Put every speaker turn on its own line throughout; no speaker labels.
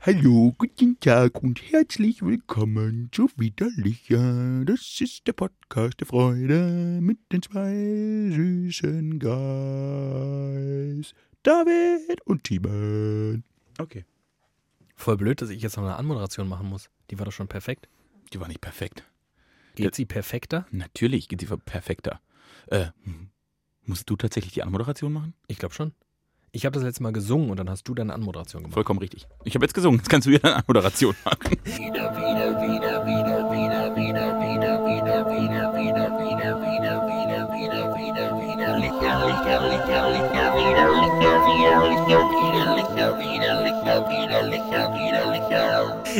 Hallo, guten Tag und herzlich willkommen zu Widerlicher. Das ist der Podcast der Freude mit den zwei süßen Guys, David und Timon. Okay,
Voll blöd, dass ich jetzt noch eine Anmoderation machen muss. Die war doch schon perfekt.
die war nicht perfekt.
Geht sie perfekter?
Natürlich geht sie ver- perfekter. Äh, hm, musst du tatsächlich die Anmoderation machen?
Ich glaube schon. Ich habe das letzte Mal gesungen und dann hast du deine Anmoderation gemacht.
Vollkommen richtig. Ich habe jetzt gesungen, jetzt kannst du wieder eine Anmoderation machen.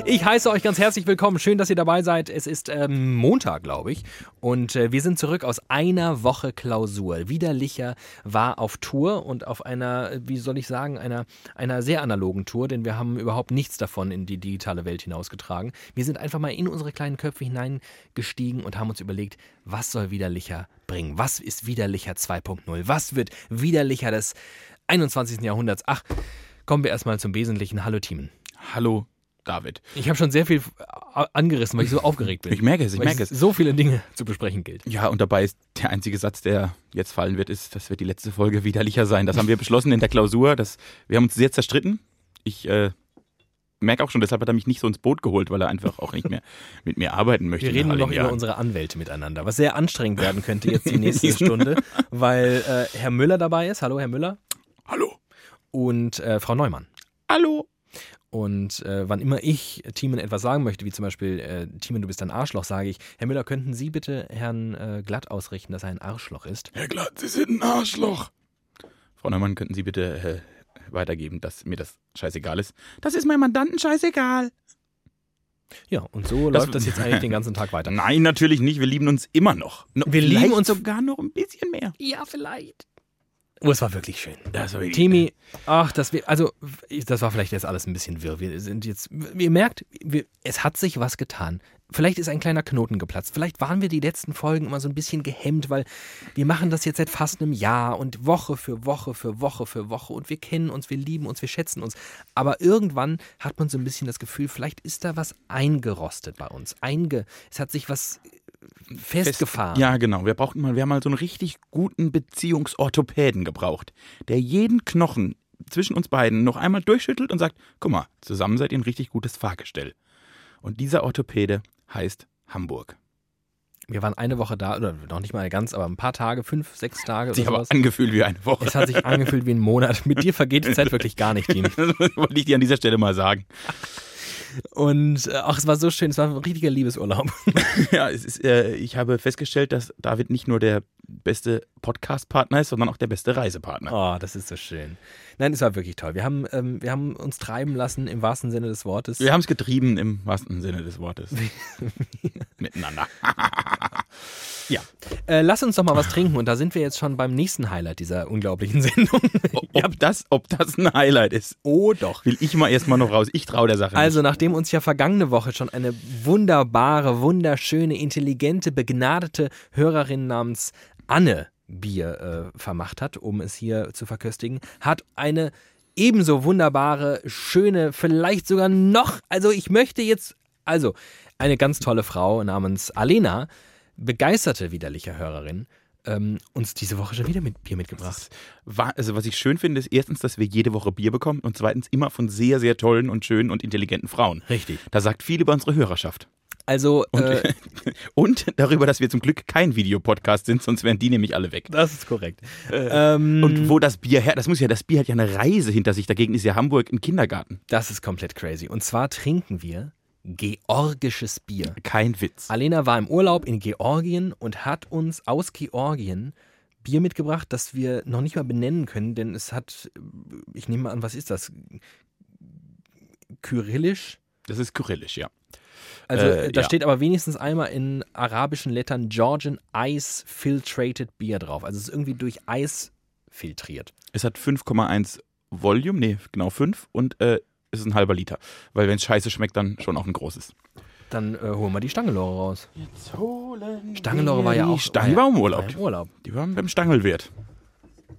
Ich heiße euch ganz herzlich willkommen. Schön, dass ihr dabei seid. Es ist ähm, Montag, glaube ich. Und äh, wir sind zurück aus einer Woche Klausur. Widerlicher war auf Tour und auf einer, äh, wie soll ich sagen, einer, einer sehr analogen Tour, denn wir haben überhaupt nichts davon in die digitale Welt hinausgetragen. Wir sind einfach mal in unsere kleinen Köpfe hineingestiegen und haben uns überlegt, was soll Widerlicher bringen? Was ist Widerlicher 2.0? Was wird Widerlicher des 21. Jahrhunderts? Ach, kommen wir erstmal zum Wesentlichen. Hallo, Teamen.
Hallo, David.
Ich habe schon sehr viel äh, a- angerissen, weil ich so aufgeregt bin.
Ich merke es, ich
Weil
merke es.
So viele Dinge zu besprechen gilt.
Ja, und dabei ist der einzige Satz, der jetzt fallen wird, ist, das wird die letzte Folge widerlicher sein. Das haben wir beschlossen in der Klausur. Das, wir haben uns sehr zerstritten. Ich äh, merke auch schon, deshalb hat er mich nicht so ins Boot geholt, weil er einfach auch nicht mehr mit mir arbeiten möchte.
Wir
nach
reden nur
all
noch
den
über
Jahren.
unsere Anwälte miteinander, was sehr anstrengend werden könnte jetzt die nächste Stunde, weil äh, Herr Müller dabei ist. Hallo, Herr Müller.
Hallo.
Und äh, Frau Neumann.
Hallo.
Und äh, wann immer ich Timen etwas sagen möchte, wie zum Beispiel, äh, Timen, du bist ein Arschloch, sage ich, Herr Müller, könnten Sie bitte Herrn äh, Glatt ausrichten, dass er ein Arschloch ist?
Herr Glatt, Sie sind ein Arschloch. Frau Neumann, könnten Sie bitte äh, weitergeben, dass mir das scheißegal ist? Das ist meinem Mandanten scheißegal.
Ja, und so
Das-
läuft das jetzt eigentlich den ganzen Tag weiter.
Nein, natürlich nicht. Wir lieben uns immer noch. No,
Wir lieben
vielleicht
uns-
sogar noch ein bisschen mehr.
Ja, vielleicht. Oh, es war wirklich schön.
Das war wirklich-
Timi, ach, das wir, also ich- das war vielleicht jetzt alles ein bisschen wirr. Wir sind jetzt, ihr merkt, wir, es hat sich was getan. Vielleicht ist ein kleiner Knoten geplatzt. Vielleicht waren wir die letzten Folgen immer so ein bisschen gehemmt, weil wir machen das jetzt seit fast einem Jahr und Woche für Woche für Woche für Woche und wir kennen uns, wir lieben uns, wir schätzen uns. Aber irgendwann hat man so ein bisschen das Gefühl, vielleicht ist da was eingerostet bei uns. Einge, es hat sich was festgefahren.
Ja, genau. Wir brauchten mal, wir haben mal so einen richtig guten Beziehungsorthopäden gebraucht, der jeden Knochen zwischen uns beiden noch einmal durchschüttelt und sagt: Guck mal, zusammen seid ihr ein richtig gutes Fahrgestell. Und dieser Orthopäde heißt Hamburg.
Wir waren eine Woche da, oder noch nicht mal ganz, aber ein paar Tage, fünf, sechs Tage oder
Sich aber
sowas.
angefühlt wie eine Woche.
Es hat sich angefühlt wie ein Monat. Mit dir vergeht die Zeit wirklich gar nicht, Dean.
Das wollte ich dir an dieser Stelle mal sagen.
Und äh, ach, es war so schön, es war ein richtiger Liebesurlaub.
Ja, es ist, äh, ich habe festgestellt, dass David nicht nur der beste Podcast-Partner ist, sondern auch der beste Reisepartner.
Oh, das ist so schön. Nein, es war wirklich toll. Wir haben, ähm, wir haben uns treiben lassen im wahrsten Sinne des Wortes.
Wir haben es getrieben im wahrsten Sinne des Wortes. Miteinander.
Äh, lass uns doch mal was trinken und da sind wir jetzt schon beim nächsten Highlight dieser unglaublichen Sendung.
Ob das, ob das ein Highlight ist,
oh doch.
will ich mal erstmal noch raus. Ich traue der Sache
Also, nachdem uns ja vergangene Woche schon eine wunderbare, wunderschöne, intelligente, begnadete Hörerin namens Anne Bier äh, vermacht hat, um es hier zu verköstigen, hat eine ebenso wunderbare, schöne, vielleicht sogar noch, also ich möchte jetzt, also eine ganz tolle Frau namens Alena, begeisterte widerliche Hörerin, ähm, uns diese Woche schon wieder mit Bier mitgebracht.
Wa- Also was ich schön finde, ist erstens, dass wir jede Woche Bier bekommen und zweitens immer von sehr, sehr tollen und schönen und intelligenten Frauen.
Richtig.
Da sagt viel über unsere Hörerschaft.
Also,
Und,
äh,
und darüber, dass wir zum Glück kein Videopodcast sind, sonst wären die nämlich alle weg.
das ist korrekt. Ähm,
Und wo das Bier her, das muss ja, das Bier hat ja eine Reise hinter sich. Dagegen ist ja Hamburg ein Kindergarten.
Das ist komplett crazy. Und zwar trinken wir georgisches Bier.
Kein Witz.
Alena war im Urlaub in Georgien und hat uns aus Georgien Bier mitgebracht, das wir noch nicht mal benennen können, denn es hat, ich nehme mal an, was ist das? Kyrillisch?
Das ist kyrillisch, ja.
Also
Äh,
äh, da
ja.
steht aber wenigstens einmal in arabischen Lettern Georgian Ice Filtrated Bier drauf. Also es ist irgendwie durch Eis filtriert.
Es hat 5,1 Volume, nee, genau 5 und äh, es ist ein halber Liter. Weil wenn es scheiße schmeckt, dann schon auch ein großes.
Dann äh, holen wir die Stangelore raus.
Zolen
Stangelore war ja auch
Stange war im Urlaub.
Im Urlaub.
Die waren beim Stangelwirt.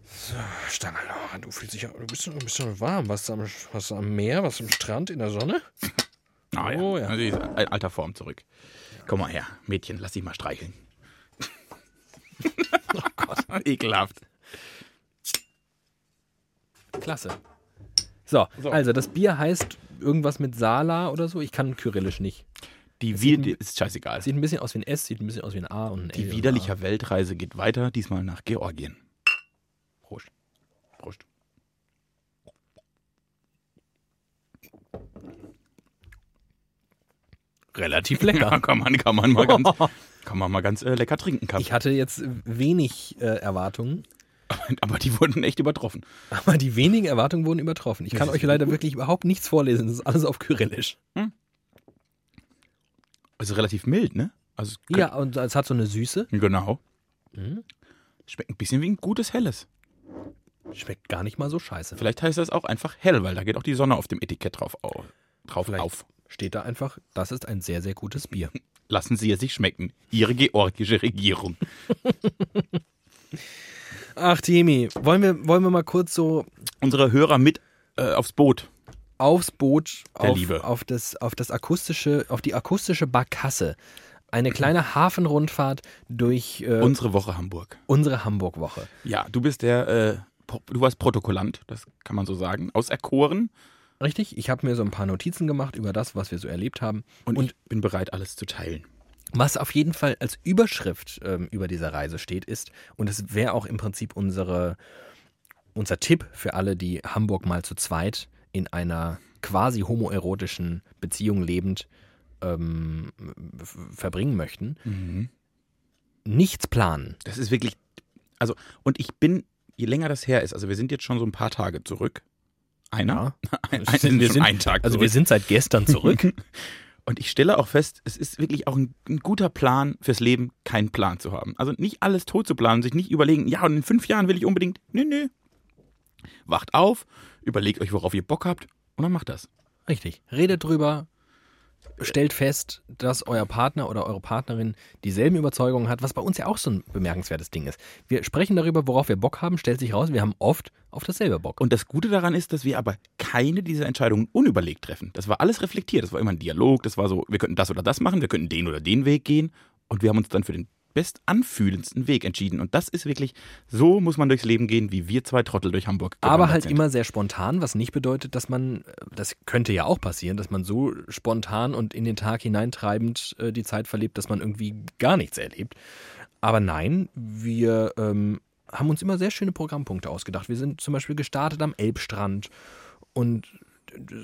So, Stangerlore, Ah, du fühlst dich ja- du bist, du bist so warm. Was am, was am Meer, was am Strand, in der Sonne?
Ah, ja.
Oh, ja.
Also, sie ist in alter Form zurück. Komm mal her, Mädchen, lass dich mal streicheln.
Oh
Ekelhaft.
Klasse. So,
So.
also das Bier heißt irgendwas mit Sala oder so. Ich kann Kyrillisch nicht.
Die wilde ist scheißegal.
Sieht ein bisschen aus wie ein S, sieht ein bisschen aus wie ein A und ein L.
Die
und ein
widerliche Weltreise geht weiter, diesmal nach Georgien. Prost. Prost.
A. Relativ lecker.
Ja, kann man, kann man mal ganz, kann man mal ganz äh, lecker trinken. Kann.
Ich hatte jetzt wenig äh, Erwartungen,
Aber die wurden echt übertroffen.
aber die wenigen Erwartungen wurden übertroffen. Ich kann
Das
euch
ist
leider wirklich überhaupt nichts vorlesen. Das ist alles auf Kyrillisch.
Also relativ mild, ne? Also, es könnte-
Ja, und es hat so eine Süße.
Genau.
Mhm.
Schmeckt ein bisschen wie ein gutes Helles.
Schmeckt gar nicht mal so scheiße.
Vielleicht heißt das auch einfach hell, weil da geht auch die Sonne auf dem Etikett drauf, au, drauf
Vielleicht.
auf.
Steht da einfach, das ist ein sehr, sehr gutes Bier.
Lassen Sie es sich schmecken. Ihre georgische Regierung.
Ach, Timi, wollen wir, wollen wir mal kurz so
Unsere Hörer mit äh, aufs Boot.
aufs Boot,
Der
auf,
Liebe.
auf das, auf das akustische, auf die akustische Barkasse. Eine kleine Hafenrundfahrt durch äh,
Unsere Woche Hamburg.
unsere Hamburg-Woche.
Ja, du bist der, äh, Pro- du warst Protokollant, das kann man so sagen, auserkoren.
Richtig? Ich habe mir so ein paar Notizen gemacht über das, was wir so erlebt haben.
Und, ich bin bereit, alles zu teilen.
Was auf jeden Fall als Überschrift ähm, über dieser Reise steht, ist, und es wäre auch im Prinzip unsere, unser Tipp für alle, die Hamburg mal zu zweit in einer quasi homoerotischen Beziehung lebend ähm, f- verbringen möchten, nichts planen.
Das ist wirklich, also, und ich bin, je länger das her ist, also wir sind jetzt schon so ein paar Tage zurück. Einer? Ein, ein,
Wir
schon
sind-
einen Tag
Also
zurück.
wir sind seit gestern zurück.
Und ich stelle auch fest, es ist wirklich auch ein, ein guter Plan fürs Leben, keinen Plan zu haben. Also nicht alles tot zu planen, sich nicht überlegen, ja, und in fünf Jahren will ich unbedingt. Nö, nö. Wacht auf, überlegt euch, worauf ihr Bock habt, und dann macht das.
Richtig. Redet drüber. Stellt fest, dass euer Partner oder eure Partnerin dieselben Überzeugungen hat, was bei uns ja auch so ein bemerkenswertes Ding ist. Wir sprechen darüber, worauf wir Bock haben, stellt sich raus, wir haben oft auf dasselbe Bock.
Und das Gute daran ist, dass wir aber keine dieser Entscheidungen unüberlegt treffen. Das war alles reflektiert. Das war immer ein Dialog. Das war so, wir könnten das oder das machen, wir könnten den oder den Weg gehen. Und wir haben uns dann für den bestanfühlendsten Weg entschieden. Und das ist wirklich, so muss man durchs Leben gehen, wie wir zwei Trottel durch Hamburg.
Aber
gewandert
halt
sind.
immer sehr spontan, was nicht bedeutet, dass man, äh, das könnte ja auch passieren, dass man so spontan und in den Tag hineintreibend äh, die Zeit verlebt, dass man irgendwie gar nichts erlebt. Aber nein, wir ähm, haben uns immer sehr schöne Programmpunkte ausgedacht. Wir sind zum Beispiel gestartet am Elbstrand und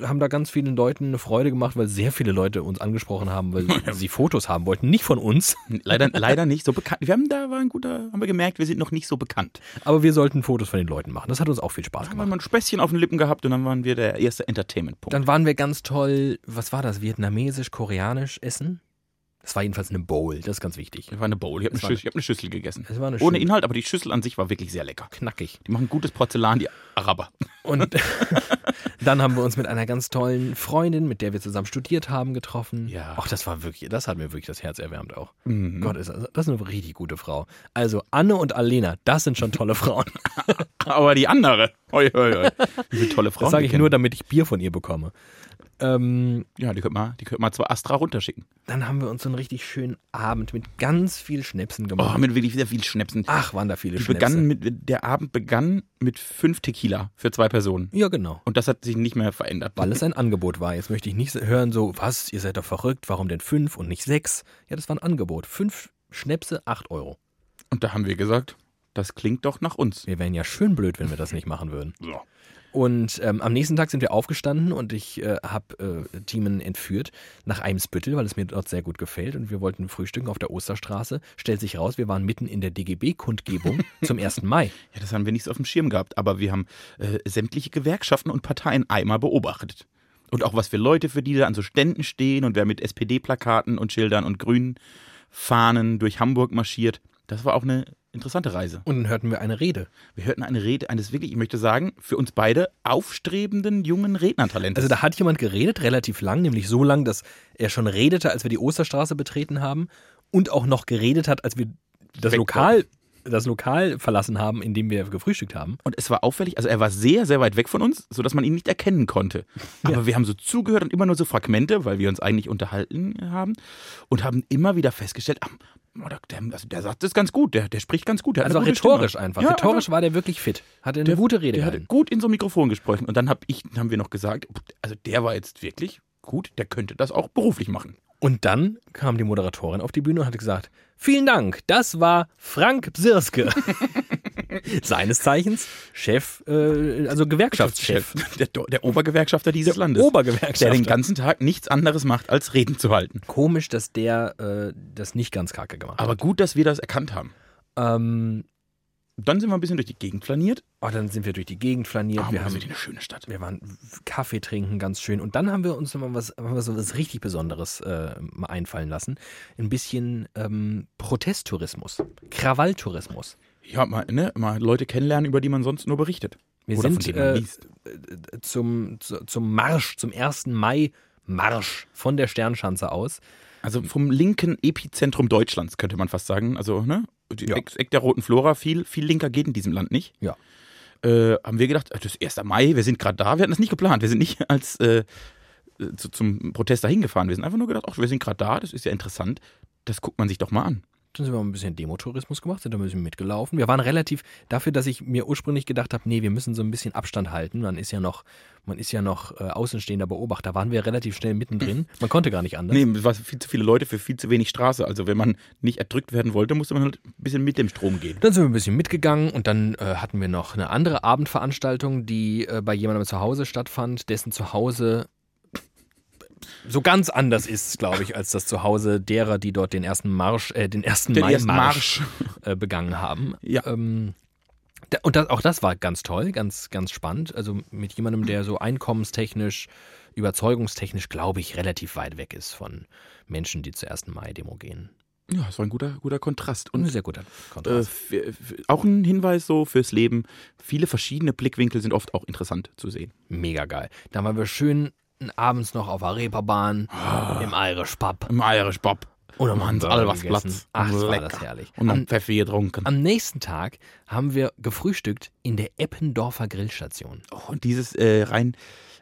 haben da ganz vielen Leuten eine Freude gemacht, weil sehr viele Leute uns angesprochen haben, weil sie Fotos haben wollten. Nicht von uns,
Hm, Leider, leider nicht so bekannt. Wir haben da war ein guter, haben wir gemerkt, wir sind noch nicht so bekannt.
aber wir sollten Fotos von den Leuten machen. Das hat uns auch viel Spaß
Da haben wir
gemacht.
mal ein Späßchen auf den Lippen gehabt und dann waren wir der erste Entertainment-Punkt.
Genau. Dann waren wir ganz toll, was war das, vietnamesisch, koreanisch essen? Das war jedenfalls eine Bowl, das ist ganz wichtig.
Das war eine Bowl. Ich habe eine,
Das war-
Schüssel- ich hab eine Schüssel gegessen.
Das war eine
Ohne
schöne-
Inhalt, aber die Schüssel an sich war wirklich sehr lecker.
Knackig.
Die machen gutes Porzellan, die Araber.
Und dann haben wir uns mit einer ganz tollen Freundin, mit der wir zusammen studiert haben, getroffen.
Ja.
Ach, das war wirklich, das hat mir wirklich das Herz erwärmt auch.
Mhm.
Gott, ist das, das ist eine richtig gute Frau. Also Anne und Alena, das sind schon tolle Frauen.
Aber die andere. Hoi, hoi, hoi. Diese tolle Frau.
Das sage ich nur, damit ich Bier von ihr bekomme. Ähm,
Ja, die könnte mal, die könnte mal zwei Astra runterschicken.
dann haben wir uns so einen richtig schönen Abend mit ganz viel Schnäpsen
Oh,
gemacht.
mit wirklich sehr viel Schnäpsen.
Ach, waren da viele
die
Ah, Schnäpse.
Oh. begannen mit, der Abend begann mit fünf Tequila für zwei Personen.
ja, genau.
Und das hat sich nicht mehr verändert.
weil es ein Angebot war. Jetzt möchte ich nicht hören, so, was, ihr seid doch verrückt, warum denn fünf und nicht sechs? Ja, das war ein Angebot. Fünf Schnäpse, acht Euro.
Und da haben wir gesagt, das klingt doch nach uns.
Wir wären ja schön blöd, wenn wir das nicht machen würden.
So.
Und ähm, am nächsten Tag sind wir aufgestanden und ich äh, habe äh, Thiemen entführt nach Eimsbüttel, weil es mir dort sehr gut gefällt. Und wir wollten frühstücken auf der Osterstraße. Stellt sich raus, wir waren mitten in der DGB-Kundgebung zum 1. Mai.
Ja, das haben wir nicht so auf dem Schirm gehabt, aber wir haben äh, sämtliche Gewerkschaften und Parteien einmal beobachtet. Und auch was für Leute, für die da an so Ständen stehen und wer mit SPD-Plakaten und Schildern und grünen Fahnen durch Hamburg marschiert. Das war auch eine interessante Reise.
Und dann hörten wir eine Rede.
Wir hörten eine Rede eines wirklich, ich möchte sagen, für uns beide aufstrebenden jungen Rednertalentes.
Also da hat jemand geredet, relativ lang, nämlich so lang, dass er schon redete, als wir die Osterstraße betreten haben und auch noch geredet hat, als wir das
Weg
Lokal das Lokal verlassen haben, in dem wir gefrühstückt haben.
Und es war auffällig, also er war sehr, sehr weit weg von uns, sodass man ihn nicht erkennen konnte. Aber wir haben so zugehört und immer nur so Fragmente, weil wir uns eigentlich unterhalten haben und haben immer wieder festgestellt, ach, boah, der, der- also der sagt das ganz gut, der, der spricht ganz gut. Der hat
Also
eine gute
rhetorisch
Stimme.
einfach.
Ja, also
rhetorisch war der wirklich fit. Hatte eine gute Rede
Der hatte
gehalten.
gut in so ein Mikrofon gesprochen. Und dann hab ich, haben wir noch gesagt, also der war jetzt wirklich gut, der könnte das auch beruflich machen.
Und dann kam die Moderatorin auf die Bühne und hat gesagt: Vielen Dank, das war Frank Bsirske. Seines Zeichens Chef, äh, also Gewerkschaftschef.
Der, der Obergewerkschafter dieses Landes.
Obergewerkschafter.
der den ganzen Tag nichts anderes macht, als Reden zu halten.
Komisch, dass der äh, das nicht ganz kacke gemacht hat.
Aber gut, dass wir das erkannt haben.
Ähm,
Dann sind wir ein bisschen durch die Gegend flaniert.
oh, dann sind wir durch die Gegend flaniert.
Hamburg
wir,
ist
haben,
wirklich eine schöne Stadt.
wir waren Kaffee trinken, ganz schön. Und dann haben wir uns mal was, mal so was richtig Besonderes äh, mal einfallen lassen: ein bisschen ähm, Protesttourismus, Krawalltourismus.
Ja, mal, ne, mal Leute kennenlernen, über die man sonst nur berichtet.
Wir
Oder
sind
von denen man
äh,
liest.
zum, zu, zum Marsch, zum 1. Mai Marsch von der Sternschanze aus.
Also vom linken Epizentrum Deutschlands, könnte man fast sagen. Also, ne? Die
Ja.
Eck, Eck der Roten Flora, viel, viel linker geht in diesem Land nicht.
Ja.
Äh, haben wir gedacht, das ist 1. Mai, wir sind gerade da. Wir hatten das nicht geplant. Wir sind nicht als äh, zu, zum Protest dahin gefahren. Wir sind einfach nur gedacht, ach, wir sind gerade da, das ist ja interessant. Das guckt man sich doch mal an.
Dann sind wir mal ein bisschen Demotourismus gemacht, sind da ein bisschen mitgelaufen. Wir waren relativ dafür, dass ich mir ursprünglich gedacht habe, nee, wir müssen so ein bisschen Abstand halten. Man ist ja noch, man ist ja noch äh, außenstehender Beobachter. Waren wir relativ schnell mittendrin. Man konnte gar nicht anders.
Nee, es waren viel zu viele Leute für viel zu wenig Straße. Also wenn man nicht erdrückt werden wollte, musste man halt ein bisschen mit dem Strom gehen.
Dann sind wir ein bisschen mitgegangen und dann äh, hatten wir noch eine andere Abendveranstaltung, die äh, bei jemandem zu Hause stattfand, dessen Zuhause so ganz anders ist, glaube ich, als das Zuhause derer, die dort den ersten Marsch, äh, den ersten
Den
Mai
ersten
Marsch, Äh, begangen haben.
Ja.
Ähm, da, und das, auch das war ganz toll, ganz, ganz spannend. Also mit jemandem, der so einkommenstechnisch, überzeugungstechnisch, glaube ich, relativ weit weg ist von Menschen, die zur ersten Mai-Demo gehen.
Ja, es war ein guter, guter Kontrast.
Und ein
Und
sehr guter
äh,
Kontrast.
f- f- auch ein Hinweis so fürs Leben. Viele verschiedene Blickwinkel sind oft auch interessant zu sehen.
Mega geil. Dann waren wir schön abends noch auf der Reeperbahn im Irish Pub.
Im Irish Bob.
Und
Ah. Am Hans
Burger
Albersplatz.
gegessen. Ach, das war
Lecker.
das herrlich.
Und
Am,
noch Pfeffi getrunken.
am nächsten Tag haben wir gefrühstückt in der Eppendorfer Grillstation.
Oh, und dieses äh, rein,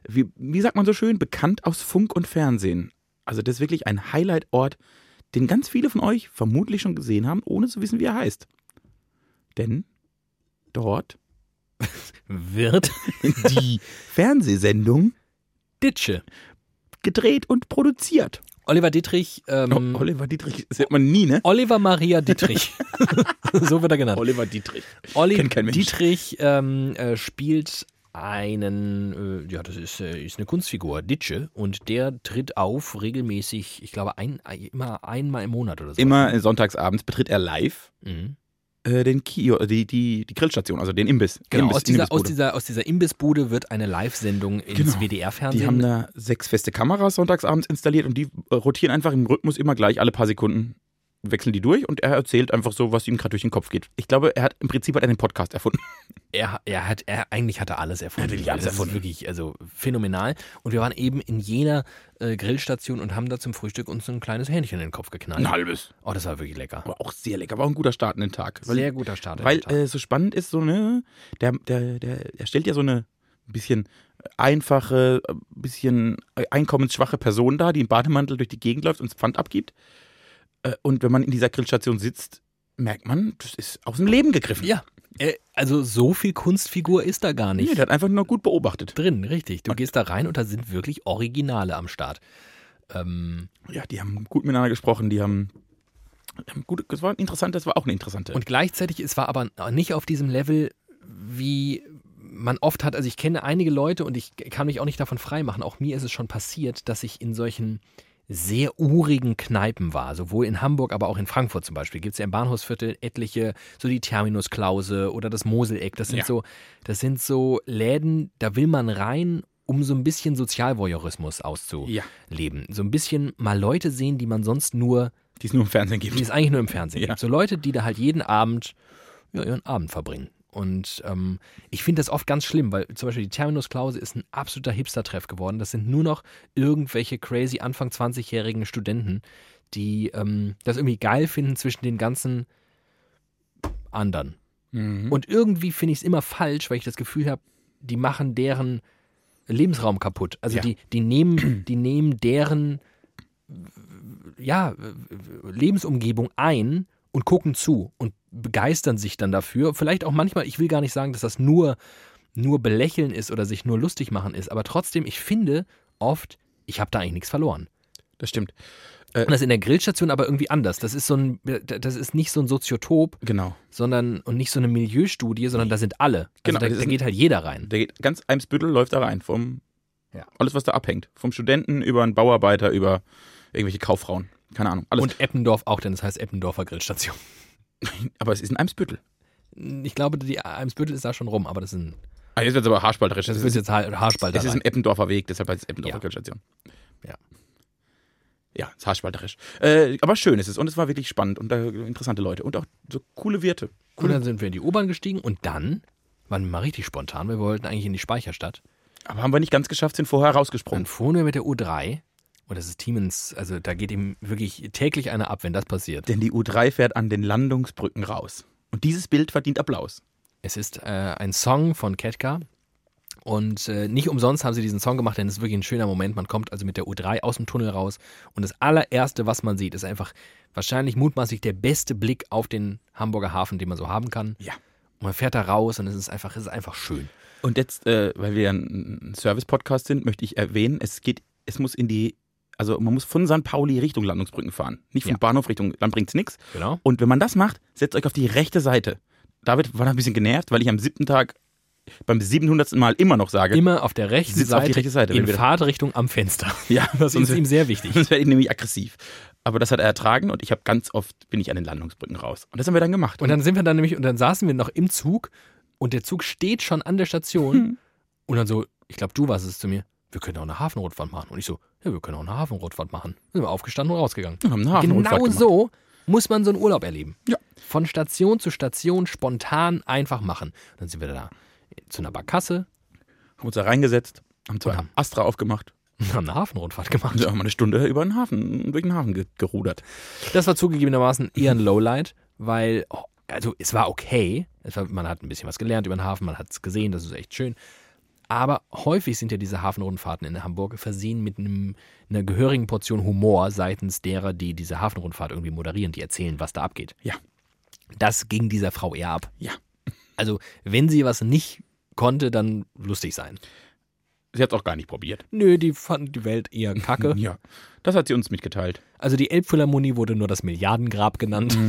wie, wie sagt man so schön, bekannt aus Funk und Fernsehen. Also das ist wirklich ein Highlight-Ort, den ganz viele von euch vermutlich schon gesehen haben, ohne zu wissen, wie er heißt. Denn dort
Wird
die Fernsehsendung
Ditsche.
gedreht und produziert.
Oliver Dittrich,
Oh,
ähm,
O- Oliver Dietrich, das hört man nie, ne?
Oliver Maria Dietrich. so wird er genannt.
Oliver Dietrich.
Olli
Kennt kein Mensch.
Dietrich ähm, äh, spielt einen, äh, ja, das ist, äh, ist eine Kunstfigur, Ditsche, und der tritt auf regelmäßig, ich glaube, ein, immer einmal im Monat oder so.
Immer äh, sonntagsabends betritt er live
Mhm.
äh, den Kio, äh, die, die, die Grillstation, also den Imbiss.
Genau,
Imbiss
aus, dieser, aus,
Imbissbude.
dieser, aus dieser Imbissbude wird eine Live-Sendung ins
Genau.
WDR-Fernsehen.
Die haben da sechs feste Kameras sonntagsabends installiert und die äh, rotieren einfach im Rhythmus immer gleich alle paar Sekunden. Wechseln die durch und er erzählt einfach so, was ihm gerade durch den Kopf geht. Ich glaube, er hat im Prinzip hat er den Podcast erfunden.
er, er hat, er, eigentlich hat er alles erfunden.
Er hat wirklich alles
das ist
erfunden.
wirklich, also phänomenal. Und wir waren eben in jener äh, Grillstation und haben da zum Frühstück uns ein kleines Hähnchen in den Kopf geknallt.
halbes.
Oh, das war wirklich lecker.
Aber auch sehr lecker. War auch ein guter Start in den Tag. Weil,
Sehr guter Start. in den
weil
Tag.
äh, so spannend ist, so ne, der, der, der, er stellt ja so eine ein bisschen einfache, ein bisschen äh, einkommensschwache Person dar, die im Bademantel durch die Gegend läuft und das Pfand abgibt. Äh, Und wenn man in dieser Grillstation sitzt, merkt man, das ist aus dem Leben gegriffen.
ja, äh, also so viel Kunstfigur ist da gar nicht
Nee, der hat einfach nur gut beobachtet.
drin, richtig. Du gehst da rein und da sind wirklich Originale am Start. Ähm,
Ja, die haben gut miteinander gesprochen, die haben, haben gut, das war interessant, das war auch eine interessante.
Und gleichzeitig, es war aber nicht auf diesem Level, wie man oft hat. Also ich kenne einige Leute und ich kann mich auch nicht davon freimachen. Auch mir ist es schon passiert, dass ich in solchen sehr urigen Kneipen war, sowohl in Hamburg, aber auch in Frankfurt zum Beispiel. Gibt es ja im Bahnhofsviertel etliche, so die Terminusklause oder das Moseleck. Das sind
Ja.
so, das sind so Läden, da will man rein, um so ein bisschen Sozialvoyeurismus auszuleben.
ja,
So ein bisschen mal Leute sehen, die man sonst nur
die es nur im Fernsehen
die
gibt.
es eigentlich nur im Fernsehen
Ja.
gibt. So Leute, die da halt jeden Abend ja, ihren Abend verbringen. Und ähm, ich finde das oft ganz schlimm, weil zum Beispiel die Terminus-Klause ist ein absoluter Hipster-Treff geworden. Das sind nur noch irgendwelche crazy Anfang 20-jährigen Studenten, die ähm, das irgendwie geil finden, zwischen den ganzen anderen.
Mhm.
Und irgendwie finde ich es immer falsch, weil ich das Gefühl habe, die machen deren Lebensraum kaputt. Also
Ja.
die, die, nehmen, die nehmen deren ja, Lebensumgebung ein und gucken zu und begeistern sich dann dafür. Vielleicht auch manchmal, ich will gar nicht sagen, dass das nur, nur belächeln ist oder sich nur lustig machen ist, aber trotzdem, ich finde oft, ich habe da eigentlich nichts verloren.
das stimmt.
Und das in der Grillstation aber irgendwie anders. Das ist so ein, das ist nicht so ein Soziotop,
Genau.
sondern und nicht so eine Milieustudie, sondern da sind alle. Also
Genau,
da,
das
da
ist-
geht halt jeder rein.
Der geht ganz Eimsbüttel läuft da rein. Vom,
Ja.
Alles, was da abhängt. Vom Studenten über einen Bauarbeiter, über irgendwelche Kauffrauen. Keine Ahnung. Alles.
Und Eppendorf auch, denn das heißt Eppendorfer Grillstation.
aber es ist ein Eimsbüttel.
Ich glaube, die Eimsbüttel ist da schon rum, aber das ist, ein,
Ah, jetzt wird es aber haarspalterisch.
das
Es
wird
ist,
jetzt halt Haarspalter
es ist
rein.
ein Eppendorfer Weg, deshalb heißt es Eppendorfer
Ja.
Grillstation.
Ja.
Ja, ist haarspalterisch. Äh, aber schön ist es. Und es war wirklich spannend und da, interessante Leute. Und auch so coole Wirte.
Und dann sind wir in die U-Bahn gestiegen und dann waren wir mal richtig spontan, weil wir wollten eigentlich in die Speicherstadt.
Oh. Aber haben wir nicht ganz geschafft, sind vorher
Dann
rausgesprungen.
fuhren wir mit der U3 und das ist Tiemens, also da geht ihm wirklich täglich einer ab, wenn das passiert.
Denn die U3 fährt an den Landungsbrücken raus. Und dieses Bild verdient Applaus.
Es ist äh, ein Song von Ketka. Und äh, nicht umsonst haben sie diesen Song gemacht, denn es ist wirklich ein schöner Moment. Man kommt also mit der U3 aus dem Tunnel raus und das allererste, was man sieht, ist einfach wahrscheinlich mutmaßlich der beste Blick auf den Hamburger Hafen, den man so haben kann.
Ja.
Und man fährt da raus und es ist einfach, es ist einfach schön.
Und jetzt, äh, weil wir ja ein ein Service-Podcast sind, möchte ich erwähnen, es geht, es muss in die, also man muss von St. Pauli Richtung Landungsbrücken fahren. Nicht vom
Ja.
Bahnhof Richtung, dann bringt's nix.
Genau.
Und wenn man das macht, setzt euch auf die rechte Seite. David war da ein bisschen genervt, weil ich am siebten Tag beim 700. Mal immer noch sage,
Immer auf der rechten
Sitzt auf
Seite,
die rechte Seite,
in
wenn wir-
Fahrtrichtung am Fenster.
ja,
Das ist
sonst,
ihm sehr wichtig.
sonst werde ich nämlich aggressiv. Aber das hat er ertragen und ich habe ganz oft, bin ich an den Landungsbrücken raus. Und das haben wir dann gemacht.
Und dann sind wir dann nämlich, und dann saßen wir noch im Zug und der Zug steht schon an der Station.
Hm.
Und dann so, ich glaube, du warst es zu mir, wir können auch eine Hafenrotfahrt machen. Und ich so, ja, wir können auch eine Hafenrotfahrt machen. Dann sind wir aufgestanden und rausgegangen.
Und haben eine Hafenrundfahrt
genau
gemacht.
so muss man so einen Urlaub erleben.
Ja.
Von Station zu Station spontan einfach machen. Und dann sind wir da zu einer Barkasse
Haben uns da reingesetzt, haben zwei
Und haben-
Astra aufgemacht
und haben eine Hafenrundfahrt gemacht.
und haben wir eine Stunde über den Hafen, durch den Hafen ge gerudert.
Das war zugegebenermaßen eher ein Lowlight, weil, oh, also es war okay. Es war, man hat ein bisschen was gelernt über den Hafen, man hat es gesehen, das ist echt schön. Aber häufig sind ja diese Hafenrundfahrten in Hamburg versehen mit einem, einer gehörigen Portion Humor seitens derer, die diese Hafenrundfahrt irgendwie moderieren, die erzählen, was da abgeht.
Ja.
Das ging dieser Frau eher ab.
Ja.
Also, wenn sie was nicht konnte, dann lustig sein.
Sie hat es auch gar nicht probiert.
Nö, die fanden die Welt eher kacke.
Ja, das hat sie uns mitgeteilt.
Also die Elbphilharmonie wurde nur das Milliardengrab genannt.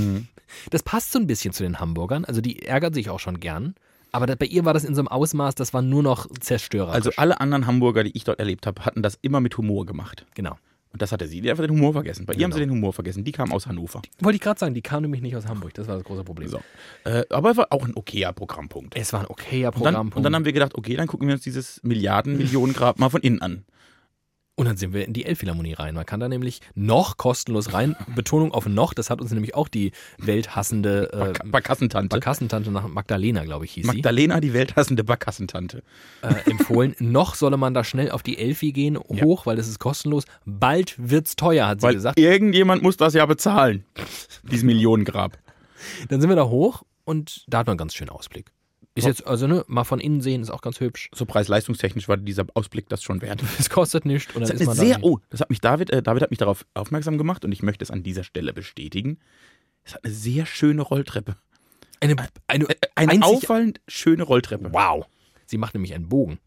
Das passt so ein bisschen zu den Hamburgern. Also die ärgern sich auch schon gern. Aber das, bei ihr war das in so einem Ausmaß, das war nur noch Zerstörer.
Also alle anderen Hamburger, die ich dort erlebt habe, hatten das immer mit Humor gemacht.
genau.
Und das hatte sie. Die hat einfach den Humor vergessen. Bei ihr haben
Genau.
sie den Humor vergessen. Die kam aus Hannover.
Wollte ich gerade sagen, die kam nämlich nicht aus Hamburg. Das war das große Problem.
So. Äh, aber war auch ein okayer Programmpunkt.
Es war ein okayer
Und dann,
Programmpunkt.
und dann haben wir gedacht, okay, dann gucken wir uns dieses Milliarden-Millionen-Grab mal von innen an.
Und dann sind wir in die Elbphilharmonie rein. Man kann da nämlich noch kostenlos rein. Betonung auf noch. Das hat uns nämlich auch die welthassende äh,
Barka- Barkassentante.
Barkassentante nach Magdalena, glaube ich, hieß sie.
Magdalena, die welthassende Barkassentante.
äh, empfohlen. Noch solle man da schnell auf die Elfi gehen, hoch, weil das ist kostenlos. Bald wird's teuer, hat sie
Weil
gesagt.
irgendjemand muss das ja bezahlen. Dieses Millionengrab.
Dann sind wir da hoch und da hat man einen ganz schönen Ausblick. Ist jetzt, also ne, mal von innen sehen, ist auch ganz hübsch.
So preis-leistungstechnisch war dieser Ausblick das schon wert.
Es kostet nichts und
Das
dann
hat
ist
mir
man
sehr,
da.
oh, das hat mich David, äh, David hat mich darauf aufmerksam gemacht und ich möchte es an dieser Stelle bestätigen. Es hat eine sehr schöne Rolltreppe.
Eine, eine,
Eine
einzig-
auffallend schöne Rolltreppe.
wow. Sie macht nämlich einen Bogen.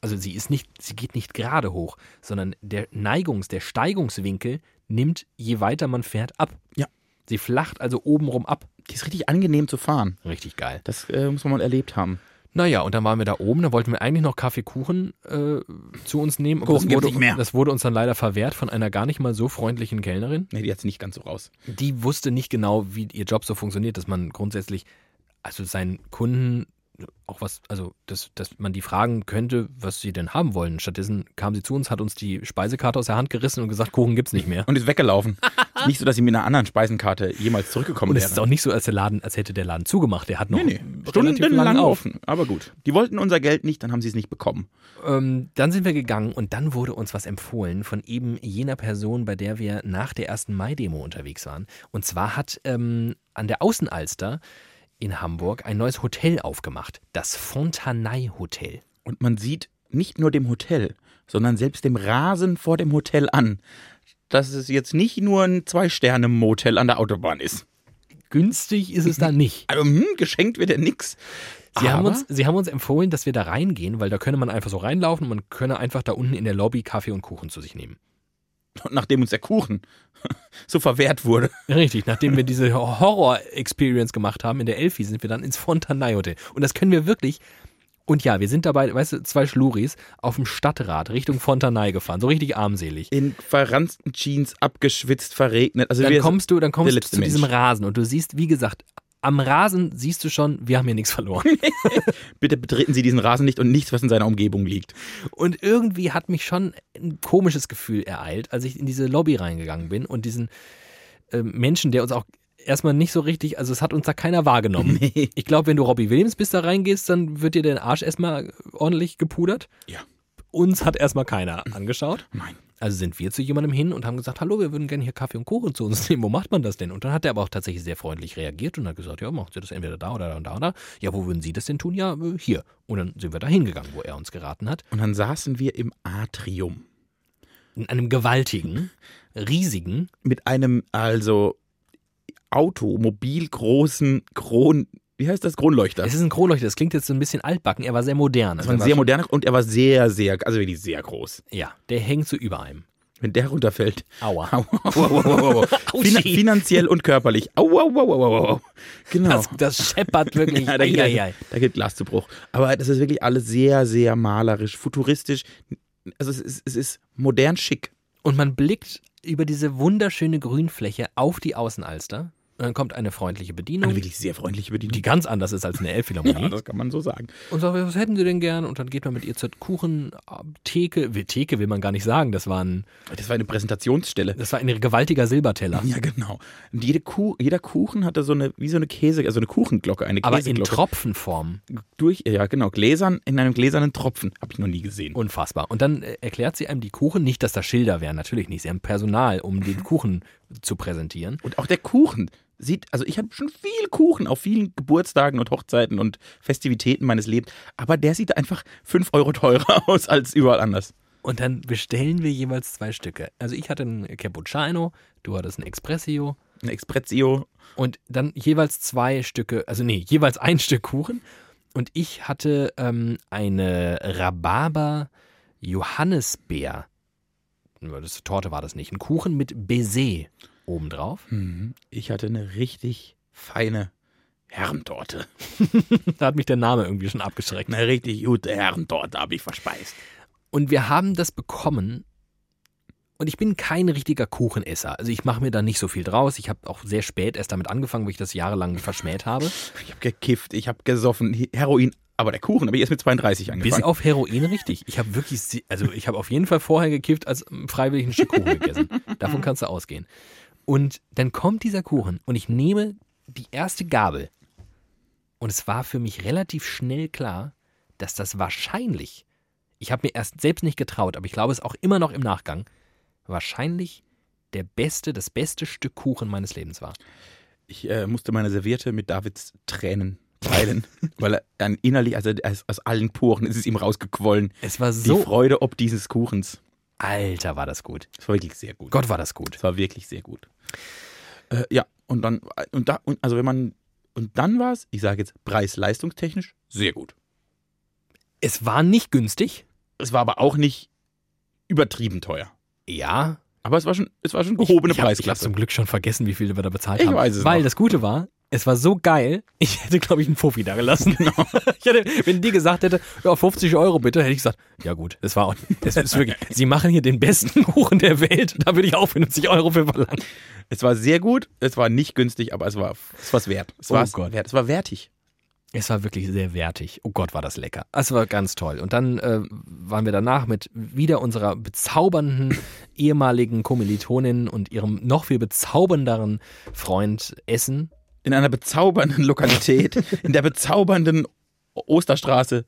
Also sie ist nicht, sie geht nicht gerade hoch, sondern der Neigungs-, der Steigungswinkel nimmt, je weiter man fährt, ab.
Ja.
Sie flacht also obenrum ab.
Die ist richtig angenehm zu fahren.
Richtig geil.
Das äh, muss man mal erlebt haben.
Naja, und dann waren wir da oben, dann wollten wir eigentlich noch Kaffeekuchen äh, zu uns nehmen. aber
Kuchen
das,
gibt's
wurde,
nicht mehr.
das wurde uns dann leider verwehrt von einer gar nicht mal so freundlichen Kellnerin.
Nee, die hat es nicht ganz so raus.
die wusste nicht genau, wie ihr Job so funktioniert, dass man grundsätzlich, also seinen Kunden auch was, also dass, dass man die fragen könnte, was sie denn haben wollen. Stattdessen kam sie zu uns, hat uns die Speisekarte aus der Hand gerissen und gesagt, Kuchen gibt's nicht mehr.
Und ist weggelaufen. Ist nicht so, dass sie mit einer anderen Speisenkarte jemals zurückgekommen
Und es
wäre.
ist auch nicht so, als der Laden, als hätte der Laden zugemacht. Der hat noch
nee,
relativ
nee. Stundenlang
lange
offen. Aber gut. Die wollten unser Geld nicht, dann haben sie es nicht bekommen.
Ähm, dann sind wir gegangen und dann wurde uns was empfohlen von eben jener Person, bei der wir nach der ersten Mai-Demo unterwegs waren. Und zwar hat ähm, an der Außenalster in Hamburg ein neues Hotel aufgemacht. Das Fontanay Hotel.
Und man sieht nicht nur dem Hotel, sondern selbst dem Rasen vor dem Hotel an, dass es jetzt nicht nur ein Zwei-Sterne-Motel an der Autobahn ist.
Günstig ist es da nicht.
Also, hm, geschenkt wird ja nix.
Sie haben,
Aber-
uns, sie haben uns empfohlen, dass wir da reingehen, weil da könne man einfach so reinlaufen und man könne einfach da unten in der Lobby Kaffee und Kuchen zu sich nehmen.
Und nachdem uns der Kuchen so verwehrt wurde.
Richtig, nachdem wir diese Horror-Experience gemacht haben in der Elfi, sind wir dann ins Fontanay Hotel. Und das können wir wirklich. Und ja, wir sind dabei, weißt du, zwei Schluris auf dem Stadtrad Richtung Fontanay gefahren. So richtig armselig.
In verranzten Jeans, abgeschwitzt, verregnet. Also
Dann
wir
kommst du, dann kommst du
letzte
zu diesem
Mensch.
Rasen und du siehst, wie gesagt, am Rasen siehst du schon, wir haben hier nichts verloren.
bitte betreten Sie diesen Rasen nicht und nichts, was in seiner Umgebung liegt.
Und irgendwie hat mich schon ein komisches Gefühl ereilt, als ich in diese Lobby reingegangen bin und diesen ähm, Menschen, der uns auch erstmal nicht so richtig, also es hat uns da keiner wahrgenommen.
Nee.
Ich glaube, wenn du Robbie Williams bist, da reingehst, dann wird dir der Arsch erstmal ordentlich gepudert.
Ja.
Uns hat erstmal keiner angeschaut.
Nein.
Also sind wir zu jemandem hin und haben gesagt, hallo, wir würden gerne hier Kaffee und Kuchen zu uns nehmen. Wo macht man das denn? Und dann hat er aber auch tatsächlich sehr freundlich reagiert und hat gesagt, ja, macht ihr das entweder da oder da und da oder da. Ja, wo würden Sie das denn tun? Ja, äh, hier. Und dann sind wir da hingegangen, wo er uns geraten hat.
Und dann saßen wir im Atrium.
In einem gewaltigen, riesigen,
Mit einem, also, Automobil großen Kron. Wie heißt das? Kronleuchter.
es ist ein Kronleuchter, das klingt jetzt so ein bisschen altbacken, er war sehr modern.
Das
Also
war ein
er
sehr moderner und er war sehr, sehr, also wirklich sehr groß.
ja, der hängt so über einem.
Wenn der runterfällt.
Aua.
Au, au, au, au, au.
Autschi.
Finan finanziell und körperlich. Au, au, au, au, au, au. Genau.
Das, das scheppert wirklich.
ja, da, geht,
Eieiei.
da geht Glas zu Bruch. Aber das ist wirklich alles sehr, sehr malerisch, futuristisch. Also es ist, es ist modern schick.
Und man blickt über diese wunderschöne Grünfläche auf die Außenalster. Und dann kommt eine freundliche Bedienung,
Eine wirklich sehr freundliche
die
Bedienung.
ganz anders ist als eine
Ja,
Elbphilharmonie.
das kann man so sagen.
und sagt, was hätten Sie denn gern? Und dann geht man mit ihr zur Kuchentheke. Will- Theke will man gar nicht sagen. Das war ein,
Das war eine Präsentationsstelle.
das war ein gewaltiger Silberteller.
Ja, genau. Und jede Kuh, jeder Kuchen hatte so eine, wie so eine Käse, also eine Kuchenglocke, eine
Aber in
Käseglocke.
Tropfenform.
durch, ja genau, Gläsern, in einem gläsernen Tropfen. Habe ich noch nie gesehen.
Unfassbar. Und dann äh, erklärt sie einem die Kuchen. Nicht, dass da Schilder wären. Natürlich nicht. Sie haben Personal, um den Kuchen zu präsentieren.
Und auch der Kuchen sieht, also ich habe schon viel Kuchen auf vielen Geburtstagen und Hochzeiten und Festivitäten meines Lebens, aber der sieht einfach 5 Euro teurer aus als überall anders.
Und dann bestellen wir jeweils zwei Stücke. Also ich hatte einen Cappuccino, du hattest einen Espresso
Ein Expressio.
und dann jeweils zwei Stücke, also nee, jeweils ein Stück Kuchen. Und ich hatte ähm, eine Rhabarber Johannisbeer. Das Torte war das nicht. Ein Kuchen mit Baiser obendrauf.
Hm, Ich hatte eine richtig feine Herrentorte.
Da hat mich der Name irgendwie schon abgeschreckt.
Eine richtig gute Herrentorte habe ich verspeist.
Und wir haben das bekommen. Und ich bin kein richtiger Kuchenesser. Also ich mache mir da nicht so viel draus. Ich habe auch sehr spät erst damit angefangen, weil ich das jahrelang verschmäht habe.
Ich habe gekifft, ich habe gesoffen, Heroin, aber der Kuchen habe ich erst mit 32
Bis
angefangen.
auf Heroin richtig. Ich habe wirklich, sie- also ich habe auf jeden Fall vorher gekifft, als ähm, freiwillig einen Stück Kuchen gegessen. Davon kannst du ausgehen. Und dann kommt dieser Kuchen und ich nehme die erste Gabel. Und es war für mich relativ schnell klar, dass das wahrscheinlich, ich habe mir erst selbst nicht getraut, aber ich glaube es auch immer noch im Nachgang, wahrscheinlich der beste, das beste Stück Kuchen meines Lebens war.
Ich äh, musste meine Serviette mit Davids Tränen teilen, weil er dann innerlich, also aus, aus allen Poren ist es ihm rausgequollen.
Es war
Die
so,
Freude ob dieses Kuchens.
alter war das gut.
Es war wirklich sehr gut.
Gott war das gut.
Es war wirklich sehr gut. Äh, ja, und dann, und da, und, also wenn man, und dann war es, ich sage jetzt preis-leistungstechnisch, sehr gut.
Es war nicht günstig.
Es war aber auch nicht übertrieben teuer.
Ja,
Aber es war schon, es war schon gehobene
ich, ich Ich habe
Preisklasse.
zum Glück schon vergessen, wie viel wir da bezahlt
Ich
haben.
weiß es
weil
noch.
das Gute war, es war so geil, ich hätte, glaube ich, einen Fuffi da gelassen.
Genau.
Ich hätte, wenn die gesagt hätte, ja, 50 Euro bitte, hätte ich gesagt, ja gut, das war auch, das ist wirklich, sie machen hier den besten Kuchen der Welt, da würde ich auch 50 Euro für verlangen.
es war sehr gut, es war nicht günstig, aber es war es war's wert. Es
Oh
war's
Gott.
wert. Es war wertig.
Es war wirklich sehr wertig. Oh Gott, war das lecker. Es war ganz toll. Und dann äh, waren wir danach mit wieder unserer bezaubernden ehemaligen Kommilitonin und ihrem noch viel bezaubernderen Freund essen.
In einer bezaubernden Lokalität, in der bezaubernden Osterstraße.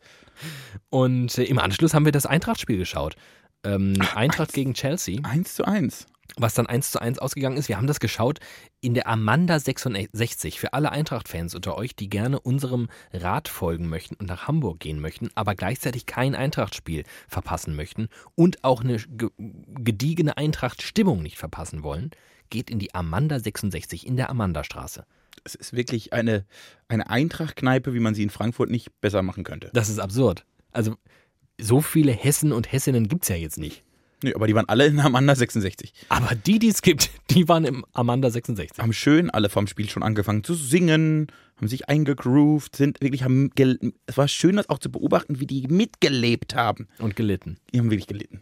Und äh, im Anschluss haben wir das Eintracht-Spiel geschaut. Ähm, Eintracht gegen Chelsea.
Eins zu eins.
was dann eins zu eins ausgegangen ist. Wir haben das geschaut in der Amanda 66 für alle Eintracht-Fans unter euch, die gerne unserem Rat folgen möchten und nach Hamburg gehen möchten, aber gleichzeitig kein Eintracht-Spiel verpassen möchten und auch eine ge- gediegene Eintracht-Stimmung nicht verpassen wollen, geht in die Amanda 66 in der Amandastraße.
Es ist wirklich eine, eine Eintracht-Kneipe, wie man sie in Frankfurt nicht besser machen könnte.
Das ist absurd. Also so viele Hessen und Hessinnen gibt es ja jetzt nicht.
Nö, aber die waren alle in Amanda 66.
Aber die, die es gibt, die waren im Amanda 66.
Haben schön alle vom Spiel schon angefangen zu singen, haben sich eingegroovt, sind wirklich, haben, gel- es war schön, das auch zu beobachten, wie die mitgelebt haben.
Und gelitten.
Die haben wirklich gelitten.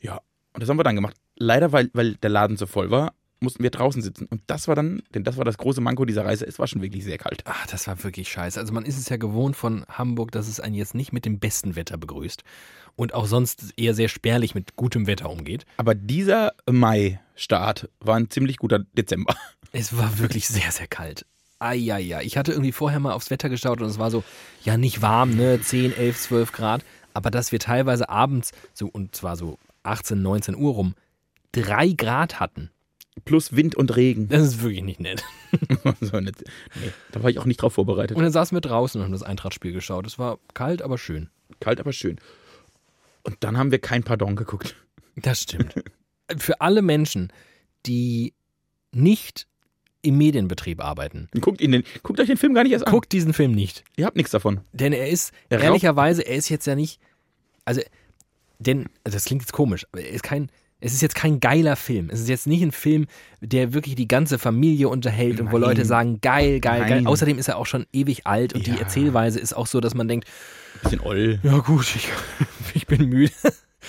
Ja, und das haben wir dann gemacht. Leider, weil, weil der Laden so voll war, mussten wir draußen sitzen. Und das war dann, denn das war das große Manko dieser Reise, es war schon wirklich sehr kalt.
Ach, Ah, das war wirklich scheiße. Also man ist es ja gewohnt von Hamburg, dass es einen jetzt nicht mit dem besten Wetter begrüßt und auch sonst eher sehr spärlich mit gutem Wetter umgeht.
Aber dieser Mai-Start war ein ziemlich guter Dezember.
Es war wirklich sehr, sehr kalt. Eieiei. Ich hatte irgendwie vorher mal aufs Wetter geschaut und es war so, ja, nicht warm, ne? 10, 11, 12 Grad. Aber dass wir teilweise abends, so und zwar so 18, 19 Uhr rum, drei Grad hatten,
Plus Wind und Regen.
das ist wirklich nicht nett.
so eine, nee, da war ich auch nicht drauf vorbereitet.
Und dann saßen wir draußen und haben das Eintrachtspiel geschaut. Es war kalt, aber schön.
Kalt, aber schön. Und dann haben wir kein Pardon geguckt.
Das stimmt. Für alle Menschen, die nicht im Medienbetrieb arbeiten,
Guckt, ihn den, guckt euch den Film gar nicht erst an.
guckt diesen Film nicht.
Ihr habt nichts davon.
Denn Ah. er ist,
Er raubt-
ehrlicherweise, er ist jetzt ja nicht, also, denn, also das klingt jetzt komisch, aber er ist kein, es ist jetzt kein geiler Film. Es ist jetzt nicht ein Film, der wirklich die ganze Familie unterhält und wo
Nein.
Leute sagen, geil, geil, geil.
Nein.
Außerdem ist er auch schon ewig alt und
Ja.
die Erzählweise ist auch so, dass man denkt,
Bisschen oll.
ja gut, ich, ich bin müde.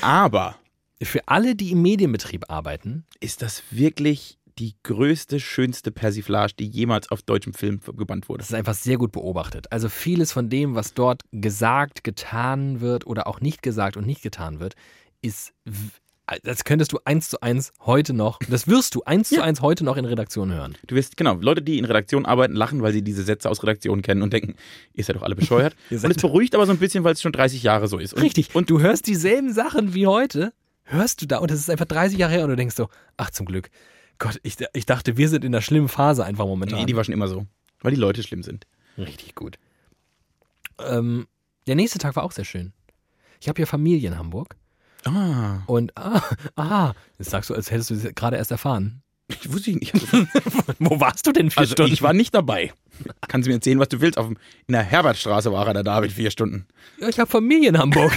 Aber
Für alle, die im Medienbetrieb arbeiten,
ist das wirklich die größte, schönste Persiflage, die jemals auf deutschem Film gebannt wurde?
Das ist einfach sehr gut beobachtet. Also vieles von dem, was dort gesagt, getan wird oder auch nicht gesagt und nicht getan wird, ist, w- das könntest du eins zu eins heute noch, das wirst du eins zu
Ja.
eins heute noch in Redaktion hören.
Du wirst, genau, Leute, die in Redaktion arbeiten, lachen, weil sie diese Sätze aus Redaktion kennen und denken, ihr seid doch alle bescheuert.
Ihr
und
seid-
es beruhigt aber so ein bisschen, weil es schon 30 Jahre so ist. Und
Richtig. Und du hörst dieselben Sachen wie heute, hörst du da und das ist einfach 30 Jahre her und du denkst so, ach zum Glück. Gott, ich, ich dachte, wir sind in einer schlimmen Phase einfach momentan.
Nee, die war schon immer so. Weil die Leute schlimm sind.
Richtig gut. Ähm, der nächste Tag war auch sehr schön. Ich habe ja Familie in Hamburg.
Ah,
Und ah, ah, das sagst du, als hättest du es gerade erst erfahren.
ich wusste nicht.
Wo warst du denn vier
Also,
Stunden?
ich war nicht dabei. Kannst du mir erzählen, was du willst? Auf, dem- in der Herbertstraße war er da, da habe ich vier Stunden.
ja, ich habe Familie in Hamburg.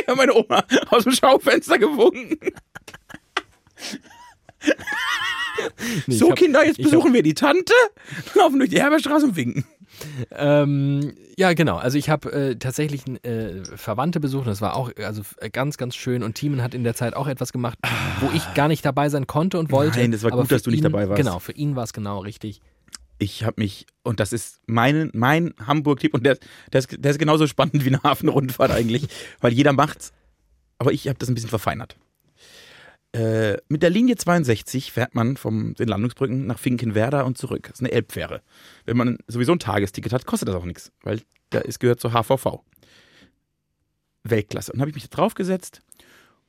Ich habe meine Oma aus dem Schaufenster gewunken. so,
ich hab-
Kinder, jetzt
ich hab-
besuchen wir die Tante, laufen durch die Herbertstraße und winken.
Ähm, ja, genau. Also ich habe äh, tatsächlich äh, Verwandte besucht. und Das war auch äh, also f- äh, ganz, ganz schön. Und Thiemen hat in der Zeit auch etwas gemacht, wo ich gar nicht dabei sein konnte und wollte.
Ah. Nein, das war
Aber
gut,
für
dass du nicht
ihn,
dabei warst.
Genau, für ihn war es genau richtig.
Ich habe mich, und das ist mein, mein Hamburg-Tipp, und der, der, ist, der ist genauso spannend wie eine Hafenrundfahrt eigentlich, weil jeder macht's. Aber ich habe das ein bisschen verfeinert. Äh, mit der Linie 62 fährt man von den Landungsbrücken nach Finkenwerder und zurück. Das ist eine Elbfähre. Wenn man sowieso ein Tagesticket hat, kostet das auch nichts, weil da ist, gehört zur HVV. Weltklasse. Und habe ich mich da draufgesetzt,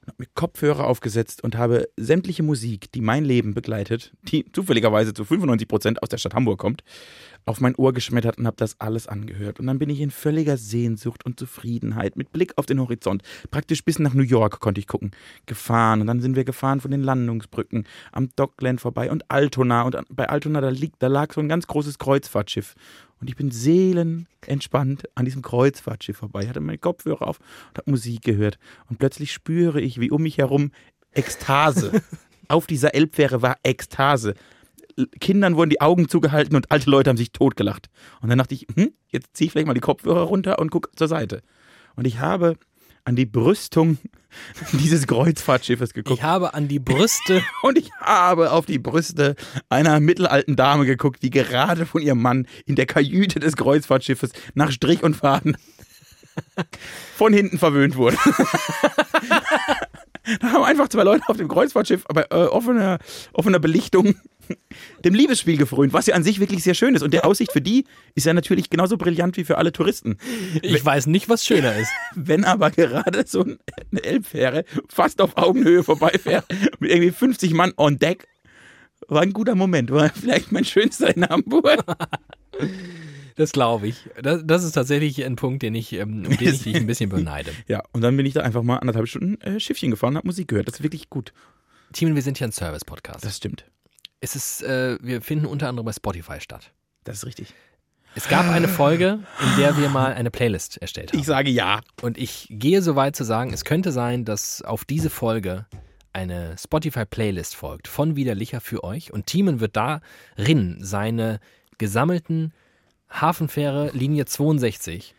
habe mir Kopfhörer aufgesetzt und habe sämtliche Musik, die mein Leben begleitet, die zufälligerweise zu 95% aus der Stadt Hamburg kommt, auf mein Ohr geschmettert und habe das alles angehört. Und dann bin ich in völliger Sehnsucht und Zufriedenheit mit Blick auf den Horizont. Praktisch bis nach New York konnte ich gucken. Gefahren. Und dann sind wir gefahren von den Landungsbrücken am Dockland vorbei und Altona. Und an- bei Altona, da, liegt, da lag so ein ganz großes Kreuzfahrtschiff. Und ich bin seelenentspannt an diesem Kreuzfahrtschiff vorbei. Ich hatte meine Kopfhörer auf und habe Musik gehört. Und plötzlich spüre ich, wie um mich herum Ekstase. auf dieser Elbfähre war Ekstase. Kindern wurden die Augen zugehalten und alte Leute haben sich totgelacht. Und dann dachte ich, hm, jetzt ziehe ich vielleicht mal die Kopfhörer runter und gucke zur Seite. Und ich habe an die Brüstung dieses Kreuzfahrtschiffes geguckt.
Ich habe an die Brüste
Und ich habe auf die Brüste einer mittelalten Dame geguckt, die gerade von ihrem Mann in der Kajüte des Kreuzfahrtschiffes nach Strich und Faden von hinten verwöhnt wurde. da haben einfach zwei Leute auf dem Kreuzfahrtschiff bei äh, offener, offener Belichtung dem Liebesspiel gefrönt, was ja an sich wirklich sehr schön ist. Und der Aussicht für die ist ja natürlich genauso brillant wie für alle Touristen.
Ich weiß nicht, was schöner ist.
Wenn aber gerade so ein- eine Elbfähre fast auf Augenhöhe vorbeifährt, mit irgendwie 50 Mann on deck, war ein guter Moment, war vielleicht mein schönster in Hamburg.
Das glaube ich. Das, das ist tatsächlich ein Punkt, den ich, ähm, um den ich dich ein bisschen beneide.
Ja, und dann bin ich da einfach mal anderthalb Stunden äh, Schiffchen gefahren und habe Musik gehört. Das ist wirklich gut.
Timon, wir sind hier ein Service-Podcast.
Das stimmt.
Es ist, äh, wir finden unter anderem bei Spotify statt.
Das ist richtig.
Es gab eine Folge, in der wir mal eine Playlist erstellt haben.
Ich sage ja.
Und ich gehe so weit zu sagen, es könnte sein, dass auf diese Folge eine Spotify-Playlist folgt von Widerlicher für euch und Thiemen wird darin seine gesammelten Hafenfähre Linie 62.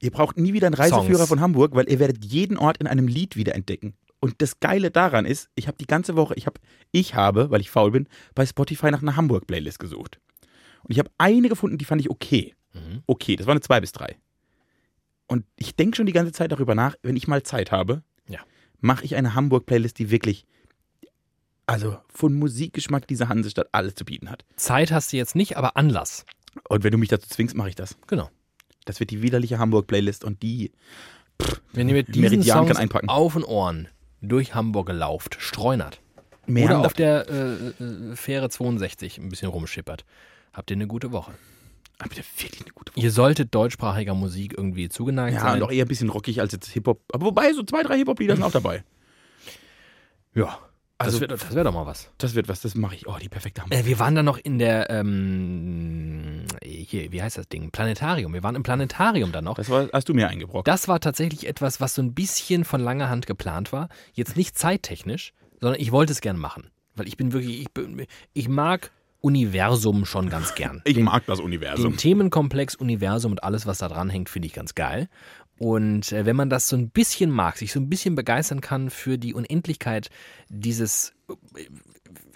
Ihr braucht nie wieder einen Reiseführer
Songs.
von Hamburg, weil ihr werdet jeden Ort in einem Lied wiederentdecken. Und das Geile daran ist, ich habe die ganze Woche, ich, hab, ich habe, weil ich faul bin, bei Spotify nach einer Hamburg-Playlist gesucht. Und ich habe eine gefunden, die fand ich okay.
Mhm.
Okay, das war eine 2 bis 3. Und ich denke schon die ganze Zeit darüber nach, wenn ich mal Zeit habe,
Ja.
mache ich eine Hamburg-Playlist, die wirklich, also von Musikgeschmack dieser Hansestadt alles zu bieten hat.
Zeit hast du jetzt nicht, aber Anlass.
Und wenn du mich dazu zwingst, mache ich das.
Genau.
Das wird die widerliche Hamburg-Playlist und die
Wenn ihr mit diesen
Meridian kann
Songs
einpacken.
auf den Ohren durch Hamburg gelauft, streunert
mehr
oder auf der äh, äh, Fähre 62 ein bisschen rumschippert, habt ihr eine gute Woche.
Habt ihr Ah, wirklich eine gute Woche?
Ihr solltet deutschsprachiger Musik irgendwie zugeneigt
Ja,
sein.
und auch eher ein bisschen rockig als jetzt Hip-Hop. Aber wobei, so zwei, drei Hip-Hop-Lieder sind auch dabei.
Ja,
Also-
das wäre das wär doch mal was.
Das wird was, das mache ich. Oh, die perfekte Hamburg.
Äh, wir waren dann noch in der, ähm, hier, wie heißt das Ding? Planetarium. Wir waren im Planetarium dann noch.
Das war, hast du mir eingebrockt.
Das war tatsächlich etwas, was so ein bisschen von langer Hand geplant war. Jetzt nicht zeittechnisch, sondern ich wollte es gern machen. Weil ich bin wirklich, ich, bin, ich mag Universum schon ganz gern.
Ich mag das
Den
Universum.
Also Themenkomplex, Universum und alles, was da dran hängt, finde ich ganz geil. Und äh, wenn man das so ein bisschen mag, sich so ein bisschen begeistern kann für die Unendlichkeit dieses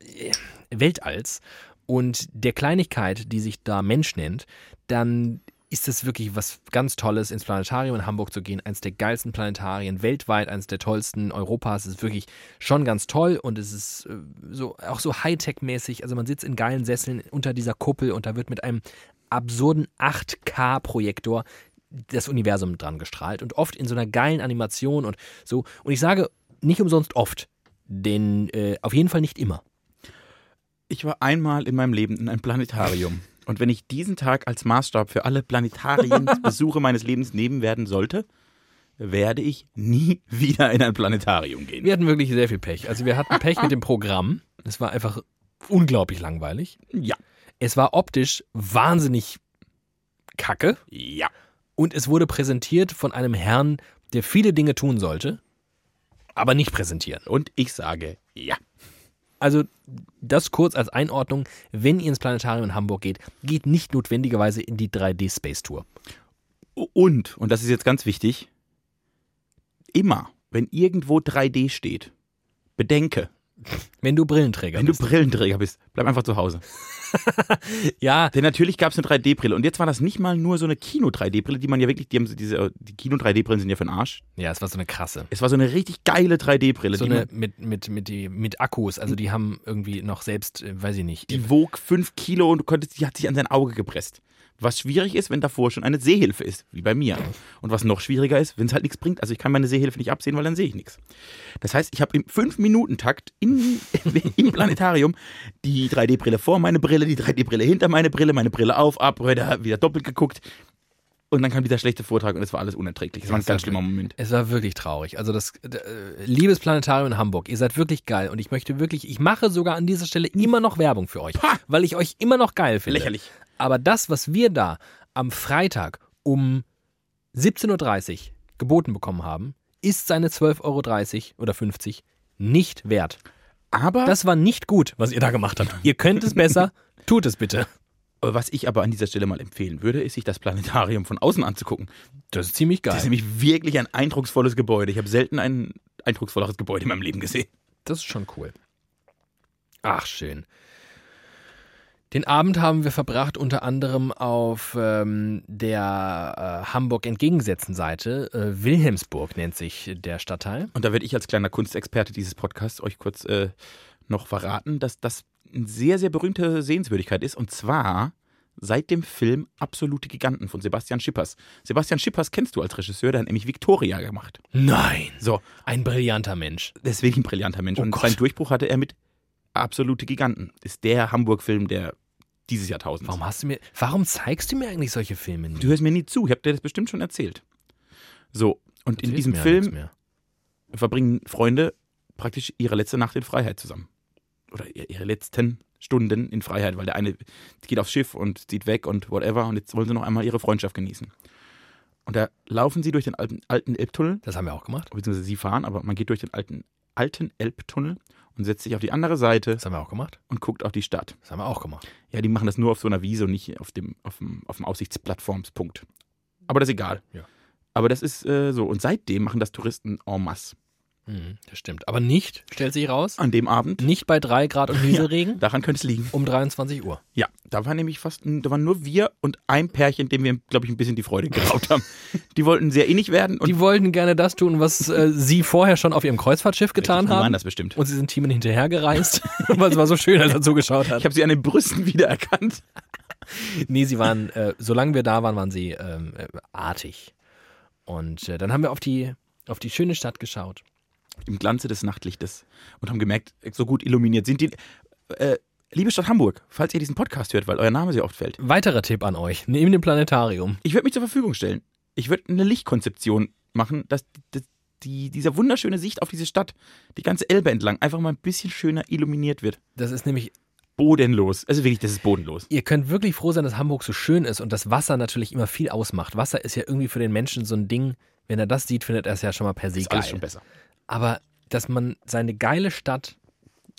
äh, äh, Weltalls und der Kleinigkeit, die sich da Mensch nennt, dann ist es wirklich was ganz Tolles, ins Planetarium in Hamburg zu gehen. Eins der geilsten Planetarien weltweit, eins der tollsten Europas. Es ist wirklich schon ganz toll und es ist äh, so, auch so Hightech-mäßig. Also man sitzt in geilen Sesseln unter dieser Kuppel und da wird mit einem absurden 8K-Projektor das Universum dran gestrahlt und oft in so einer geilen Animation und so. Und ich sage nicht umsonst oft, denn äh, auf jeden Fall nicht immer.
Ich war einmal in meinem Leben in einem Planetarium. Und wenn ich diesen Tag als Maßstab für alle Planetarienbesuche meines Lebens nehmen werden sollte, werde ich nie wieder in ein Planetarium gehen.
Wir hatten wirklich sehr viel Pech. Also wir hatten Pech mit dem Programm. Es war einfach unglaublich langweilig.
Ja.
Es war optisch wahnsinnig kacke
Ja.
und es wurde präsentiert von einem Herrn, der viele Dinge tun sollte, aber nicht präsentieren.
Und ich sage ja.
Also das kurz als Einordnung, wenn ihr ins Planetarium in Hamburg geht, geht nicht notwendigerweise in die 3D Space Tour.
Und, und das ist jetzt ganz wichtig, immer, wenn irgendwo 3D steht, bedenke,
Wenn du Brillenträger
Wenn du
bist.
Brillenträger bist, bleib einfach zu Hause.
Ja,
Denn natürlich gab es eine 3D-Brille. Und jetzt war das nicht mal nur so eine Kino-3D-Brille, die man ja wirklich, die, haben, so diese, die Kino-3D-Brillen sind ja für den Arsch.
ja, es war so eine krasse.
Es war so eine richtig geile 3D-Brille.
So
die,
eine
man-
mit, mit, mit, die, mit Akkus, also die haben irgendwie noch selbst, äh, weiß ich nicht.
die wog 5 Kilo und du konntest, die hat sich an sein Auge gepresst. Was schwierig ist, wenn davor schon eine Sehhilfe ist, wie bei mir. Und was noch schwieriger ist, wenn es halt nichts bringt. Also ich kann meine Sehhilfe nicht absehen, weil dann sehe ich nichts. Das heißt, ich habe im 5-Minuten-Takt in- im Planetarium die 3D-Brille vor meine Brille, die 3D-Brille hinter meine Brille, meine Brille auf, ab, wieder, wieder doppelt geguckt. Und dann kam dieser schlechte Vortrag und es war alles unerträglich. Das war ein
Ja,
ganz
das-
schlimmer Moment.
Es war wirklich traurig. Also das äh, liebes Planetarium in Hamburg, ihr seid wirklich geil und ich möchte wirklich, ich mache sogar an dieser Stelle immer noch Werbung für euch,
Ha!
weil ich euch immer noch geil finde.
Lächerlich.
Aber das, was wir da am Freitag um 17.30 Uhr geboten bekommen haben, ist seine 12,30 Euro oder 50 nicht wert.
Aber
Das war nicht gut, was ihr da gemacht habt. Ihr könnt es besser, tut es bitte.
Äh, was ich aber an dieser Stelle mal empfehlen würde, ist, sich das Planetarium von außen anzugucken.
Das ist ziemlich
Das ist
geil.
nämlich wirklich ein eindrucksvolles Gebäude. Ich habe selten ein eindrucksvolleres Gebäude in meinem Leben gesehen.
Das ist schon cool. Ach, schön. Den Abend haben wir verbracht unter anderem auf ähm, der äh, Hamburg entgegengesetzten Seite. Äh, Wilhelmsburg nennt sich der Stadtteil.
Und da werde ich als kleiner Kunstexperte dieses Podcasts euch kurz äh, noch verraten, dass das eine sehr, sehr berühmte Sehenswürdigkeit ist. Und zwar seit dem Film Absolute Giganten von Sebastian Schippers. Sebastian Schippers kennst du als Regisseur, der hat nämlich Victoria gemacht.
Nein,
So,
ein brillanter Mensch.
deswegen ein brillanter Mensch.
Oh
und
Gott.
seinen Durchbruch hatte er mit Absolute Giganten. Ist der Hamburg-Film, der dieses Jahrtausend
Warum hast du mir, warum zeigst du mir eigentlich solche Filme nie?
Du hörst mir nie zu, ich habe dir das bestimmt schon erzählt. So, und in
Erzählst
diesem
mir ja nichts
Film
mehr.
verbringen Freunde praktisch ihre letzte Nacht in Freiheit zusammen. Oder ihr- ihre letzten Stunden in Freiheit, weil der eine geht aufs Schiff und zieht weg und whatever und jetzt wollen sie noch einmal ihre Freundschaft genießen. Und da laufen sie durch den alten, alten Elbtunnel,
Das haben wir auch gemacht.
beziehungsweise sie fahren, aber man geht durch den alten, alten Elbtunnel und setzt sich auf die andere Seite
Das haben wir auch gemacht.
und guckt auf die Stadt.
Das haben wir auch gemacht.
Ja, die machen das nur auf so einer Wiese und nicht auf dem, auf dem, auf dem Aussichtsplattformspunkt. Aber das ist egal.
Ja.
Aber das ist äh, so. Und seitdem machen das Touristen en masse.
Mhm, das stimmt. Aber nicht, stellt sich raus,
An dem Abend,
nicht bei 3 Grad und Nieselregen
daran könnte es liegen.
um 23 Uhr.
Ja, da war nämlich fast, da waren nur wir und ein Pärchen, dem wir, glaube ich, ein bisschen die Freude geraubt haben. Die wollten sehr innig werden und
Die wollten gerne das tun, was äh, sie vorher schon auf ihrem Kreuzfahrtschiff getan
Die waren
haben.
das bestimmt.
Und sie sind Timon hinterhergereist, weil es war so schön, als er zugeschaut hat.
Ich habe sie an den Brüsten wiedererkannt.
Nee, sie waren, äh, solange wir da waren, waren sie ähm, äh, artig. Und äh, dann haben wir auf die, auf die schöne Stadt geschaut.
Im Glanze des Nachtlichtes und haben gemerkt, so gut illuminiert sind die. Äh, liebe Stadt Hamburg, falls ihr diesen Podcast hört, weil euer Name sehr oft fällt.
Weiterer Tipp an euch, neben dem Planetarium.
Ich würde mich zur Verfügung stellen. Ich würde eine Lichtkonzeption machen, dass die, die, dieser wunderschöne Sicht auf diese Stadt, die ganze Elbe entlang, einfach mal ein bisschen schöner illuminiert wird.
Das ist nämlich,
Bodenlos. Also wirklich, das ist bodenlos.
ihr könnt wirklich froh sein, dass Hamburg so schön ist und das Wasser natürlich immer viel ausmacht. Wasser ist ja irgendwie für den Menschen so ein Ding, wenn er das sieht, findet er es ja schon mal per se
Ist alles
geil.
schon besser.
Aber dass man seine geile Stadt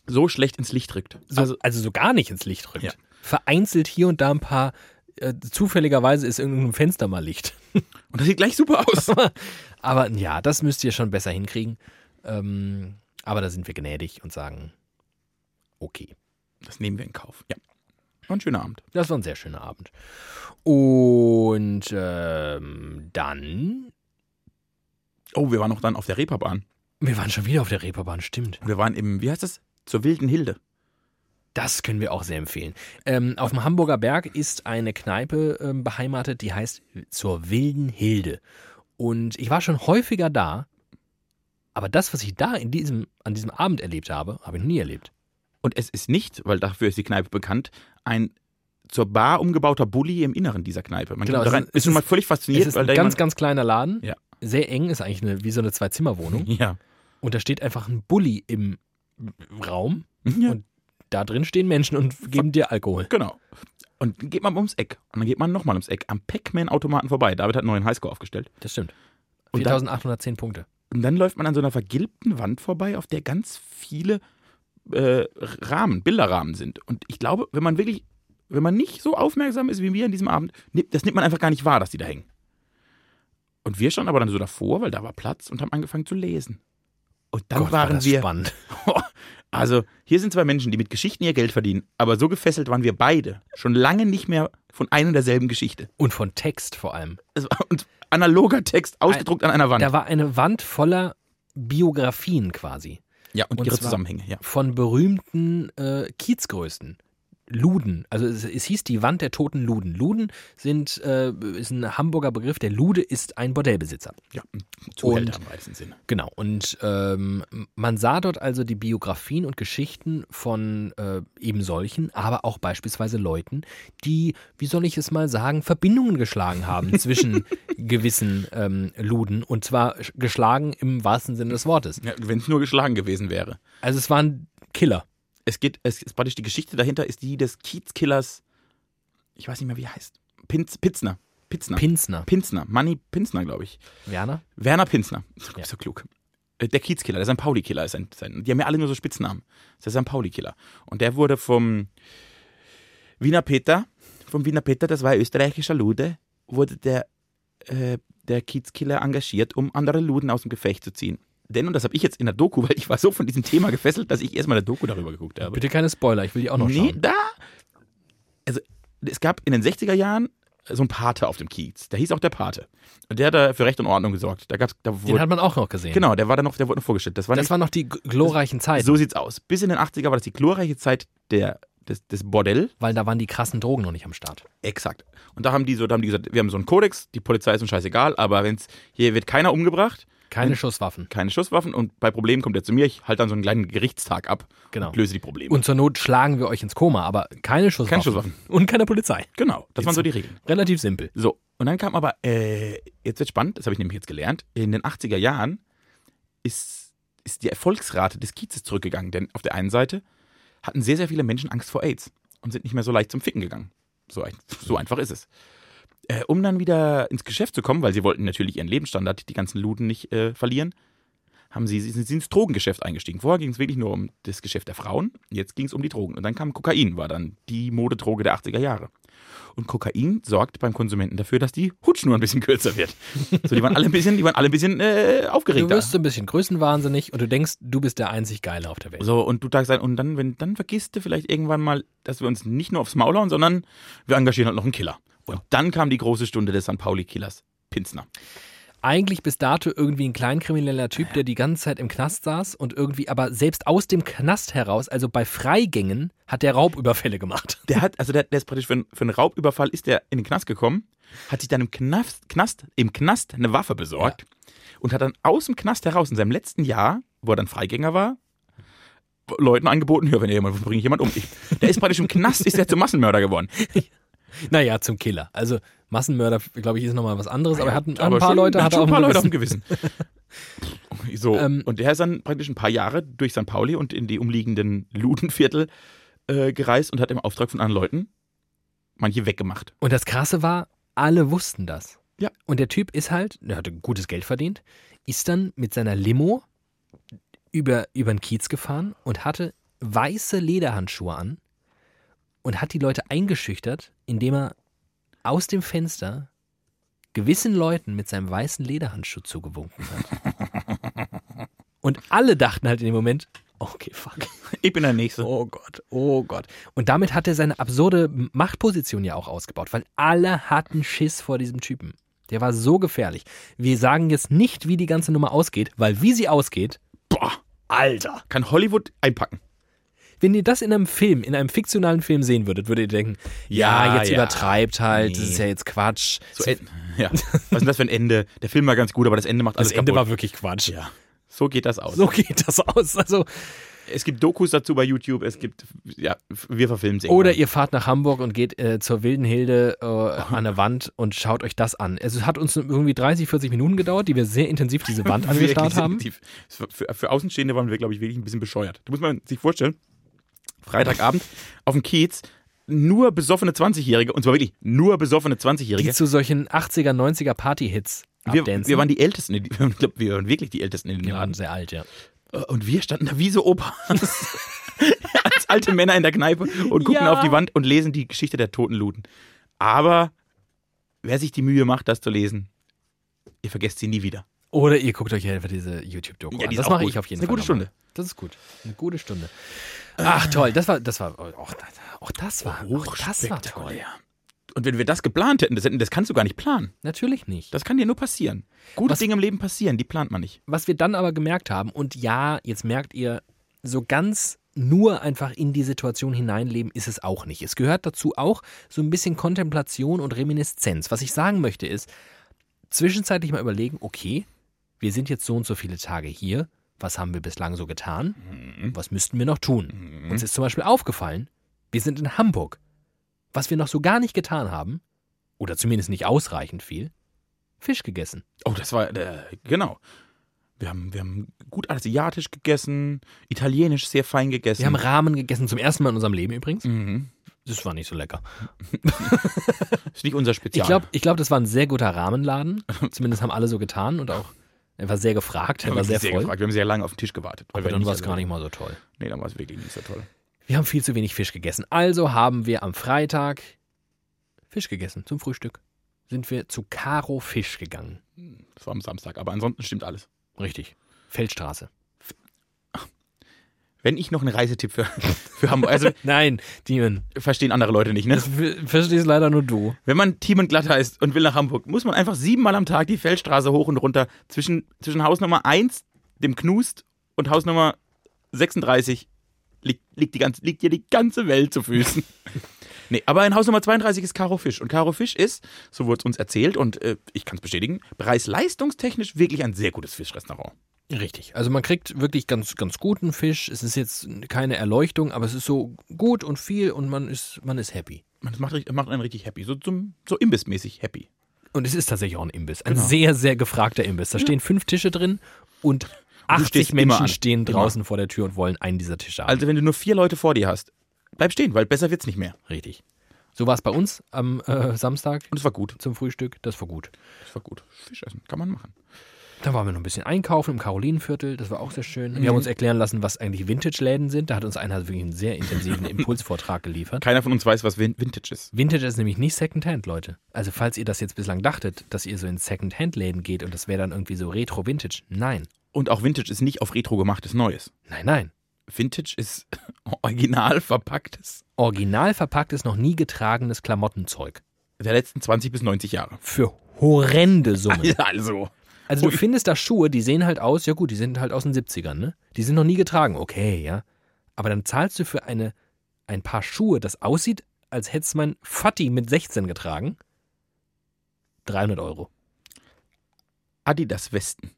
So schlecht ins Licht rückt.
so, also, so gar nicht ins Licht rückt.
Ja.
Vereinzelt hier und da ein paar, äh, zufälligerweise ist in irgendeinem Fenster mal Licht.
Und das sieht gleich super aus.
Aber ja, das müsst ihr schon besser hinkriegen. Ähm, aber da sind wir gnädig und sagen, okay.
Das nehmen wir in Kauf. Ja. War ein schöner Abend.
Das war ein sehr schöner Abend. Und ähm, dann,
Oh, wir waren noch dann auf der Reeperbahn.
wir waren schon wieder auf der Reeperbahn, stimmt.
Und wir waren im, wie heißt das? Zur Wilden Hilde.
Das können wir auch sehr empfehlen. Ähm, auf dem Hamburger Berg ist eine Kneipe ähm, beheimatet, die heißt Zur Wilden Hilde. Und ich war schon häufiger da, aber das, was ich da in diesem, an diesem Abend erlebt habe, habe ich noch nie erlebt.
Und es ist nicht, weil dafür ist die Kneipe bekannt, ein zur Bar umgebauter Bulli im Inneren dieser Kneipe. Man
Genau,
kommt da
es
rein,
ist-
ist schon
es
mal
ist-
völlig fasziniert,
es ist
weil
ein
da
ganz, ganz kleiner Laden.
Ja. Mhm.
Sehr eng, ist eigentlich eine, wie so eine Zwei-Zimmer-Wohnung.
jemand, ja.
Und da steht einfach ein Bulli im Raum.
ja.
Und da drin stehen Menschen und geben dir Alkohol.
Genau. Und dann geht man ums Eck. Und dann geht man nochmal ums Eck. Am Pac-Man-Automaten vorbei. David hat einen neuen Highscore aufgestellt.
Das stimmt.
Und dann,
4810 Punkte.
und dann läuft man an so einer vergilbten Wand vorbei, auf der ganz viele äh, Rahmen, Bilderrahmen sind. Und ich glaube, wenn man wirklich, wenn man nicht so aufmerksam ist wie wir an diesem Abend, nimmt- das nimmt man einfach gar nicht wahr, dass die da hängen. Und wir standen aber dann so davor, weil da war Platz und haben angefangen zu lesen. Und dann
Gott, war
waren
das
wir.
spannend.
Also, hier sind zwei Menschen, die mit Geschichten ihr Geld verdienen, aber so gefesselt waren wir beide schon lange nicht mehr von ein und derselben Geschichte.
Und von Text vor allem.
Es war und analoger Text, ausgedruckt an einer Wand.
Da war eine Wand voller Biografien quasi.
ja, und,
und
ihre
zwar-
Zusammenhänge, ja.
Von berühmten äh, Kiezgrößen. Luden, also es, es hieß die Wand der toten Luden. Luden sind, äh, ist ein Hamburger Begriff, der Lude ist ein Bordellbesitzer.
ja.
Zuhälter
im weitesten Sinne.
Genau, und ähm, man sah dort also die Biografien und Geschichten von äh, eben solchen, aber auch beispielsweise Leuten, die, wie soll ich es mal sagen, Verbindungen geschlagen haben zwischen gewissen ähm, Luden und zwar sch- geschlagen im wahrsten Sinne des Wortes.
Ja, Wenn es nur geschlagen gewesen wäre.
Also es waren Killer.
Es geht, es ist praktisch die Geschichte dahinter, ist die des Kiezkillers, ich weiß nicht mehr, wie er heißt. Pinz, Pitzner. Pitzner.
Pinsner.
Pinsner. Manni Pinsner, glaube ich.
Werner?
Werner Pinsner. Ich
Ja.
ja. so klug. Äh, Der Kiezkiller, der St. Pauli-Killer ist sein, sein. Die haben ja alle nur so Spitznamen. Das ist der St. Pauli-Killer. Und der wurde vom Wiener Peter, vom Wiener Peter, das war ein österreichischer Lude, wurde der, äh, der Kiezkiller engagiert, um andere Luden aus dem Gefecht zu ziehen. Denn, und das habe ich jetzt in der Doku, weil ich war so von diesem Thema gefesselt, dass ich erstmal eine Doku darüber geguckt habe.
Bitte keine Spoiler, ich will die auch noch
Nee,
schauen.
da. Also, es gab in den 60er Jahren so einen Pate auf dem Kiez. Der hieß auch der Pate. Und der hat da für Recht und Ordnung gesorgt. Da gab's, da
Den
wurde,
hat man auch noch gesehen.
genau, der war da noch, der wurde noch vorgestellt. Das war
Das waren noch die g- glorreichen Zeiten.
so sieht's aus. Bis in den 80er war das die glorreiche Zeit der, des, des Bordell.
Weil da waren die krassen Drogen noch nicht am Start.
Exakt. Und da haben die so, da haben die gesagt, wir haben so einen Kodex, die Polizei ist uns scheißegal, aber wenn's, hier wird keiner umgebracht,
Keine Schusswaffen.
keine Schusswaffen und bei Problemen kommt er zu mir, ich halte dann so einen kleinen Gerichtstag ab
Genau.
und löse die Probleme.
Und zur Not schlagen wir euch ins Koma, aber keine Schusswaffen.
Keine Schusswaffen.
Und keine Polizei.
genau, das waren so die Regeln.
Relativ simpel.
So, und dann kam aber, äh, jetzt wird spannend, das habe ich nämlich jetzt gelernt, in den 80er Jahren ist, ist die Erfolgsrate des Kiezes zurückgegangen, denn auf der einen Seite hatten sehr, sehr viele Menschen Angst vor AIDS und sind nicht mehr so leicht zum Ficken gegangen. So, ein, so einfach ist es. Äh, um dann wieder ins Geschäft zu kommen, weil sie wollten natürlich ihren Lebensstandard, die ganzen Luden nicht äh, verlieren, haben sie, sie sind sie ins Drogengeschäft eingestiegen. Vorher ging es wirklich nur um das Geschäft der Frauen, jetzt ging es um die Drogen. Und dann kam Kokain, war dann die Modedroge der 80er Jahre. Und Kokain sorgt beim Konsumenten dafür, dass die Hutschnur ein bisschen kürzer wird. So, die waren alle ein bisschen, die waren alle ein bisschen äh,
Du
aufgeregter.
wirst so ein bisschen größenwahnsinnig und du denkst, du bist der einzig Geile auf der Welt.
So, und du sagst dann, und dann, wenn, dann vergisst du vielleicht irgendwann mal, dass wir uns nicht nur aufs Maul hauen, sondern wir engagieren halt noch einen Killer. Und dann kam die große Stunde des St. Pauli-Killers, Pinsner.
Eigentlich bis dato irgendwie ein kleinkrimineller Typ, der die ganze Zeit im Knast saß und irgendwie, aber selbst aus dem Knast heraus, also bei Freigängen, hat der Raubüberfälle gemacht.
Der hat, also der, der ist praktisch für, einen- für einen Raubüberfall ist der in den Knast gekommen, hat sich dann im Knast, Knast, im Knast eine Waffe besorgt und hat dann aus dem Knast heraus in seinem letzten Jahr, wo er dann Freigänger war, Leuten angeboten, hör, wenn ihr jemand bringe ich jemand um. Ich, der ist praktisch im Knast, ist der zum Massenmörder geworden.
Naja, zum Killer. Also Massenmörder, glaube ich, ist nochmal was anderes, aber er hat ein,
Ah Aber
ein paar
schon-
Leute, hat
schon
auch
ein paar Leute auf
Gewissen.
dem Gewissen. so,
Ähm,
und der ist dann praktisch ein paar Jahre durch St. Pauli und in die umliegenden Ludenviertel äh, gereist und hat im Auftrag von anderen Leuten manche weggemacht.
Und das Krasse war, alle wussten das.
Ja.
Und der Typ ist halt, der hatte gutes Geld verdient, ist dann mit seiner Limo über, über den Kiez gefahren und hatte weiße Lederhandschuhe an und hat die Leute eingeschüchtert, indem er aus dem Fenster gewissen Leuten mit seinem weißen Lederhandschuh zugewunken hat. Und alle dachten halt in dem Moment, okay, fuck.
Ich bin der Nächste.
Oh Gott, oh Gott. Und damit hat er seine absurde Machtposition ja auch ausgebaut, weil alle hatten Schiss vor diesem Typen. Der war so gefährlich. Wir sagen jetzt nicht, wie die ganze Nummer ausgeht, weil wie sie ausgeht,
Boah,
Alter.
kann Hollywood einpacken.
Wenn ihr das in einem Film, in einem fiktionalen Film sehen würdet, würdet ihr denken, ja,
Ja,
jetzt
ja.
übertreibt halt, das
Nee.
ist ja jetzt Quatsch.
So, äh, ja. Was ist denn das für ein Ende? Der Film war ganz gut, aber das Ende macht alles
das Ende
kaputt.
war wirklich Quatsch. Ja.
so geht das aus.
So geht das aus. Also,
Es gibt Dokus dazu bei YouTube, es gibt, ja, wir verfilmen sie.
Oder ihr fahrt nach Hamburg und geht äh, zur Wilden Hilde äh, an der Wand und schaut euch das an. Also es hat uns irgendwie 30, 40 Minuten gedauert, die wir sehr intensiv diese Wand angestarrt
Wirklich
haben.
sensitiv. Für, für, für Außenstehende waren wir, glaube ich, wirklich ein bisschen bescheuert. Da muss man sich vorstellen, Freitagabend auf dem Kiez, nur besoffene 20-Jährige, und zwar wirklich nur besoffene
Die
20-Jährige.
zu solchen 80er, 90er Party-Hits
Wir,
abdancen.
wir waren die Ältesten, in die- ich glaube, wir waren wirklich die Ältesten in den
Wir waren
Laden.
sehr alt, ja.
Und wir standen da wie so Opas. Als alte Männer in der Kneipe und gucken
Ja.
auf die Wand und lesen die Geschichte der toten Luden. Aber wer sich die Mühe macht, das zu lesen, ihr vergesst sie nie wieder.
Oder ihr guckt euch einfach diese YouTube-Doku
Ja,
an.
die ist
Das
auch
mache
gut.
ich auf jeden
Ist eine
Fall.
gute
nochmal. Das ist gut. Eine gute Stunde. Ach toll, das war, das war, oh, auch, auch das war, auch das war toll.
Hochspektakulär. Und wenn wir das geplant hätten, das, hätten, das kannst du gar nicht planen.
Natürlich nicht.
Das kann dir nur passieren. Gute
Was-
Dinge im Leben passieren, die plant man nicht.
Was wir dann aber gemerkt haben, und ja, jetzt merkt ihr, so ganz nur einfach in die Situation hineinleben ist es auch nicht. Es gehört dazu auch so ein bisschen Kontemplation und Reminiszenz. Was ich sagen möchte ist, zwischenzeitlich mal überlegen, okay, wir sind jetzt so und so viele Tage hier, was haben wir bislang so getan, was müssten wir noch tun?
Mhm.
Uns ist zum Beispiel aufgefallen, wir sind in Hamburg. Was wir noch so gar nicht getan haben, oder zumindest nicht ausreichend viel, Fisch gegessen.
Oh, das war, äh, genau. Wir haben, wir haben gut asiatisch gegessen, italienisch sehr fein gegessen.
Wir haben Ramen gegessen, zum ersten Mal in unserem Leben übrigens.
mhm.
Das war nicht so lecker.
Ist nicht unser Spezial.
Ich glaube, ich glaub, das war ein sehr guter Ramenladen. Zumindest haben alle so getan und auch, er war sehr gefragt, er
wir
war
haben
sehr,
sehr
voll.
gefragt. Wir haben sehr lange auf den Tisch gewartet. weil
Aber
wir
dann war es
so-
gar nicht mal so toll.
Nee, dann war es wirklich nicht so toll.
Wir haben viel zu wenig Fisch gegessen. Also haben wir am Freitag Fisch gegessen zum Frühstück. Sind wir zu Caro Fisch gegangen.
Das war am Samstag. Aber ansonsten stimmt alles.
Richtig. Feldstraße.
Wenn ich noch einen Reisetipp für, für Hamburg, also
Nein, Demon.
verstehen andere Leute nicht, ne?
Das w- verstehst leider nur du.
Wenn man Thiemenglatter ist und will nach Hamburg, muss man einfach siebenmal am Tag die Feldstraße hoch und runter zwischen, zwischen Hausnummer 1, dem Knust, und Hausnummer 36 liegt, liegt, die ganze, liegt dir die ganze Welt zu Füßen. nee, aber in Haus Nummer 32 ist Caro Fisch. Und Caro Fisch ist, so wurde es uns erzählt und äh, ich kann es bestätigen, preis-leistungstechnisch wirklich ein sehr gutes Fischrestaurant.
Richtig. Also man kriegt wirklich ganz, ganz guten Fisch. Es ist jetzt keine Erleuchtung, aber es ist so gut und viel und man ist, man ist happy.
Man macht, richt- macht einen richtig happy, so, zum, so imbissmäßig happy.
Und es ist tatsächlich auch ein Imbiss. Ein
Genau.
sehr, sehr gefragter Imbiss. Da stehen fünf Tische drin und
stehst
80
immer
Menschen
an.
stehen
Immer.
draußen vor der Tür und wollen einen dieser Tische haben.
Also wenn du nur vier Leute vor dir hast, bleib stehen, weil besser wird's nicht mehr.
Richtig. So war es bei uns am äh, Samstag
Und es war gut.
zum Frühstück. Das war gut.
Es war gut. Fisch essen, kann man machen.
Da waren wir noch ein bisschen einkaufen im Karolinenviertel. Das war auch sehr schön.
Mhm.
Wir haben uns erklären lassen, was eigentlich Vintage-Läden sind. Da hat uns einer wirklich einen sehr intensiven Impulsvortrag geliefert.
Keiner von uns weiß, was Vin- Vintage ist.
Vintage ist nämlich nicht Secondhand, Leute. Also falls ihr das jetzt bislang dachtet, dass ihr so in Secondhand-Läden geht und das wäre dann irgendwie so Retro-Vintage. Nein,
Und auch Vintage ist nicht auf Retro gemachtes Neues.
nein, nein.
Vintage ist original verpacktes
Original verpacktes, noch nie getragenes Klamottenzeug.
der letzten 20 bis 90 Jahre.
Für horrende Summen.
Also.
Also du findest da Schuhe, die sehen halt aus, ja gut, die sind halt aus den 70ern, ne? Die sind noch nie getragen, okay, ja. Aber dann zahlst du für eine, ein paar Schuhe, das aussieht, als hätte es mein Fatty mit 16 getragen. 300 Euro.
Adidas Westen.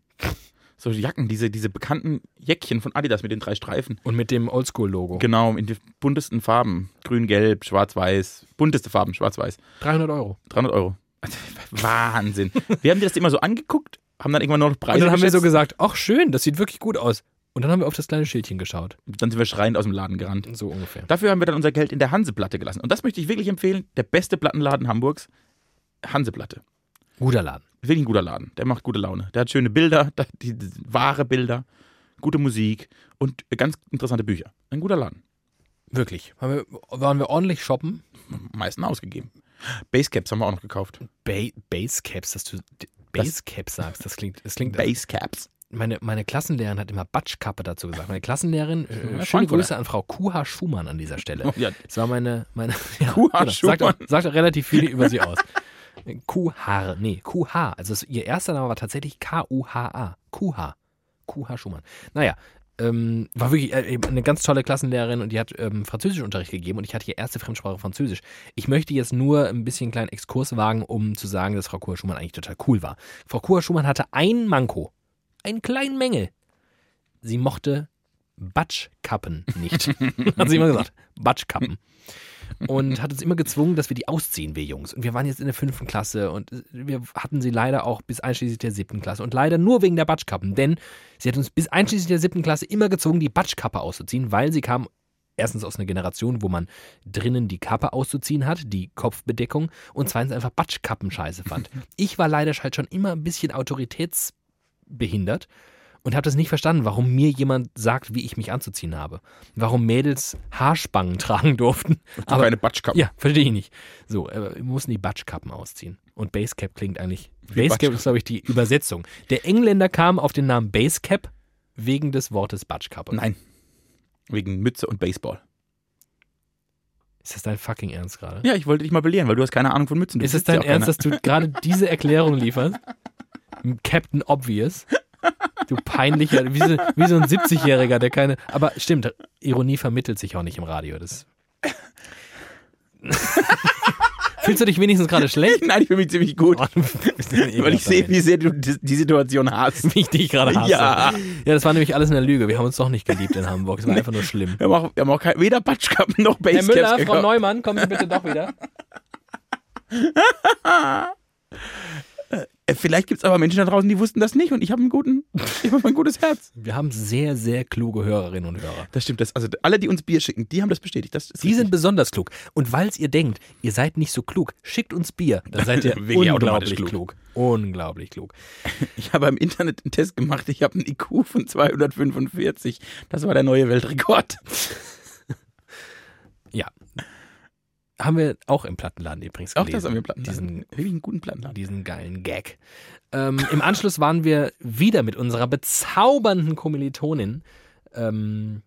So Jacken, diese, diese bekannten Jäckchen von Adidas mit den drei Streifen.
Und mit dem Oldschool-Logo.
Genau, in den buntesten Farben. Grün, Gelb, Schwarz-Weiß. Bunteste Farben, Schwarz-Weiß.
300 Euro.
300 Euro. Wahnsinn. Wir haben dir das immer so angeguckt, haben dann irgendwann nur noch Preise
Und dann haben wir so
geschätzt.
gesagt, ach schön, das sieht wirklich gut aus. Und dann haben wir auf das kleine Schildchen geschaut.
Dann sind wir schreiend aus dem Laden gerannt.
So ungefähr.
Dafür haben wir dann unser Geld in der Hanseplatte gelassen. Und das möchte ich wirklich empfehlen. Der beste Plattenladen Hamburgs. Hanseplatte.
Guter Laden.
Wirklich ein guter Laden. Der macht gute Laune. Der hat schöne Bilder, der hat die, die, wahre Bilder, gute Musik und ganz interessante Bücher. Ein guter Laden.
Wirklich. Haben wir, waren wir ordentlich shoppen?
Am meisten ausgegeben. Basecaps haben wir auch noch gekauft.
Ba Basecaps, dass du Basecaps sagst, das klingt, das klingt
Basecaps?
meine, meine Klassenlehrerin hat immer Batschkappe dazu gesagt. Meine Klassenlehrerin, äh, schöne
Frankfurter.
Grüße an Frau Kuha Schumann an dieser Stelle.
Ja.
Das war meine. meine ja, genau.
Kuha
Sagt, auch,
Schumann.
sagt auch relativ viel über sie aus. Kuhhaar, nee, QH. Also es, ihr erster Name war tatsächlich K-U-H-A. QH. QH Schumann. Naja, ähm, war wirklich äh, eben eine ganz tolle Klassenlehrerin und die hat ähm, Französischunterricht gegeben und ich hatte hier erste Fremdsprache Französisch. Ich möchte jetzt nur ein bisschen einen kleinen Exkurs wagen, um zu sagen, dass Frau Kuha Schumann eigentlich total cool war. Frau Kuha Schumann hatte ein Manko, einen kleinen Mängel. Sie mochte Batschkappen nicht. hat sie immer gesagt. Batschkappen. Und hat uns immer gezwungen, dass wir die ausziehen, wir Jungs. Und wir waren jetzt in der fünften Klasse und wir hatten sie leider auch bis einschließlich der siebten Klasse. Und leider nur wegen der Batschkappen, denn sie hat uns bis einschließlich der siebten Klasse immer gezwungen, die Batschkappe auszuziehen, weil sie kam erstens aus einer Generation, wo man drinnen die Kappe auszuziehen hat, die Kopfbedeckung, und zweitens einfach Batschkappen scheiße fand. Ich war leider halt schon immer ein bisschen autoritätsbehindert und habe das nicht verstanden, warum mir jemand sagt, wie ich mich anzuziehen habe. Warum Mädels Haarspangen tragen durften.
Aber keine Batschkappen.
Ja, verstehe ich nicht. So, aber wir mussten die Batschkappen ausziehen. Und Basecap klingt eigentlich. Basecap
Batschkappe.
ist, glaube ich, die Übersetzung. Der Engländer kam auf den Namen Basecap wegen des Wortes Batschkappe.
Nein. Wegen Mütze und Baseball.
Ist das dein fucking Ernst gerade?
Ja, ich wollte dich mal belehren, weil du hast keine Ahnung von Mützen. Du
Ist es
besitzt ja
dein
auch
Ernst,
keine.
dass du gerade diese Erklärung lieferst? Captain Obvious. Du peinlicher, wie so, wie so ein 70-Jähriger, der keine. Aber stimmt, Ironie vermittelt sich auch nicht im Radio. Das. Fühlst du dich wenigstens gerade schlecht?
Nein, ich fühle mich ziemlich gut.
Oh, Weil
weil ich sehe, wie sehr du die, die Situation hast.
wie ich dich gerade hasse.
Ja.
ja, das war nämlich alles eine Lüge. Wir haben uns doch nicht geliebt in Hamburg. Es war einfach nur schlimm.
Wir haben auch, wir haben auch kein, weder Batschkappen noch Basecaps gekauft.
Neumann, kommen Sie bitte doch wieder.
Äh, Vielleicht gibt es aber Menschen da draußen, die wussten das nicht und ich habe einen guten, ich habe ein gutes Herz.
Wir haben sehr, sehr kluge Hörerinnen und Hörer.
Das stimmt. Das, also alle, die uns Bier schicken, die haben das bestätigt. Das ist
Die sind besonders klug. Und falls ihr denkt, ihr seid nicht so klug, schickt uns Bier. Dann seid ihr
Dann wären wir automatisch
unglaublich klug.
klug.
Unglaublich klug.
Ich habe im Internet einen Test gemacht. Ich habe einen IQ von 245. Das war der neue Weltrekord.
Ja. Haben wir auch im Plattenladen übrigens
Auch
gelesen.
das haben wir Platten.
Diesen
Wirklich einen guten Plattenladen.
diesen geilen Gag. Ähm, Im Anschluss waren wir wieder mit unserer bezaubernden Kommilitonin ähm,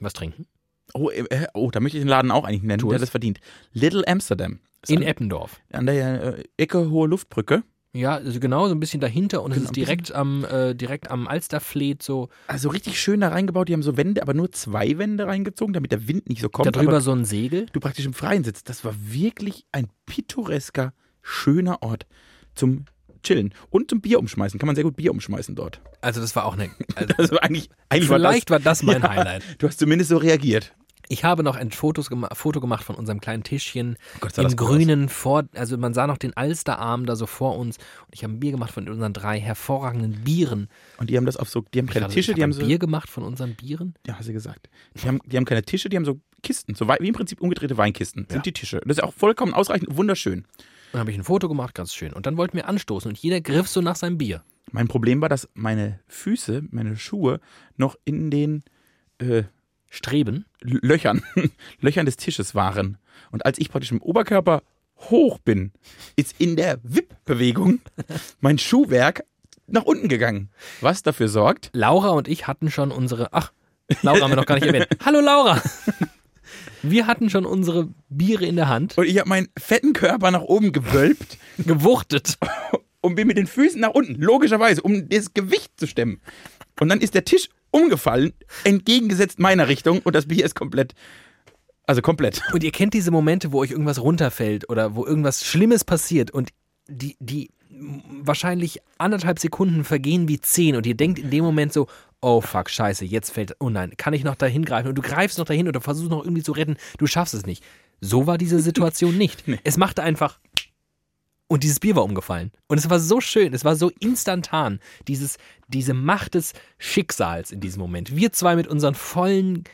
was trinken.
Oh, äh, oh, da möchte ich den Laden auch eigentlich nennen.
Tu
Der
es.
hat das verdient. Little Amsterdam. Ist
In
an,
Eppendorf.
an der äh, Ecke Hohe Luftbrücke.
Ja, also genau, so ein bisschen dahinter und
Genau,
es
ein
ist direkt am, äh, direkt am Alsterfleet so
Also richtig schön da reingebaut. Die haben so Wände, aber nur zwei Wände reingezogen, damit der Wind nicht so kommt.
darüber
aber
so ein Segel.
du praktisch im Freien sitzt. Das war wirklich ein pittoresker, schöner Ort zum Chillen und zum Bier umschmeißen. Kann man sehr gut Bier umschmeißen dort.
Also das war auch eine. Also
Also eigentlich, eigentlich
vielleicht war das mein
Ja.
Highlight.
Du hast zumindest so reagiert.
Ich habe noch ein Fotos gema Foto gemacht von unserem kleinen Tischchen
Oh Gott, sah
im
das gut
Grünen vor, also man sah noch den Alsterarm da so vor uns und ich habe ein Bier gemacht von unseren drei hervorragenden Bieren.
Und die haben das auf so, die haben
Ich
keine
hatte-
Tische,
ich
die
habe
haben
ein
so,
Bier gemacht von unseren Bieren.
ja, hast du gesagt. Die haben, die haben keine Tische, die haben so Kisten, so wei- wie im Prinzip umgedrehte Weinkisten sind die Tische. Das ist auch vollkommen ausreichend, und wunderschön.
Und dann habe ich ein Foto gemacht, ganz schön. Und dann wollten wir anstoßen und jeder griff so nach seinem Bier.
Mein Problem war, dass meine Füße, meine Schuhe noch in den äh,
Streben.
L- Löchern, Löchern des Tisches waren. Und als ich praktisch im Oberkörper hoch bin, ist in der Wipp-Bewegung mein Schuhwerk nach unten gegangen. Was dafür sorgt,
Laura und ich hatten schon unsere. Ach, Laura haben wir noch gar nicht erwähnt. Hallo Laura! Wir hatten schon unsere Biere in der Hand,
und ich habe meinen fetten Körper nach oben gewölbt
gewuchtet.
und bin mit den Füßen nach unten, logischerweise, um das Gewicht zu stemmen. Und dann ist der Tisch umgefallen, entgegengesetzt meiner Richtung und das Bier ist komplett, also komplett.
Und ihr kennt diese Momente, wo euch irgendwas runterfällt oder wo irgendwas Schlimmes passiert und die, die wahrscheinlich anderthalb Sekunden vergehen wie zehn und ihr denkt in dem Moment so, oh fuck, scheiße, jetzt fällt, oh nein, kann ich noch dahin greifen und du greifst noch dahin oder versuchst noch irgendwie zu retten, du schaffst es nicht. So war diese Situation nicht.
Nee.
Es machte einfach und dieses Bier war umgefallen. Und es war so schön, es war so instantan, dieses, diese Macht des Schicksals in diesem Moment. Wir zwei mit unseren vollen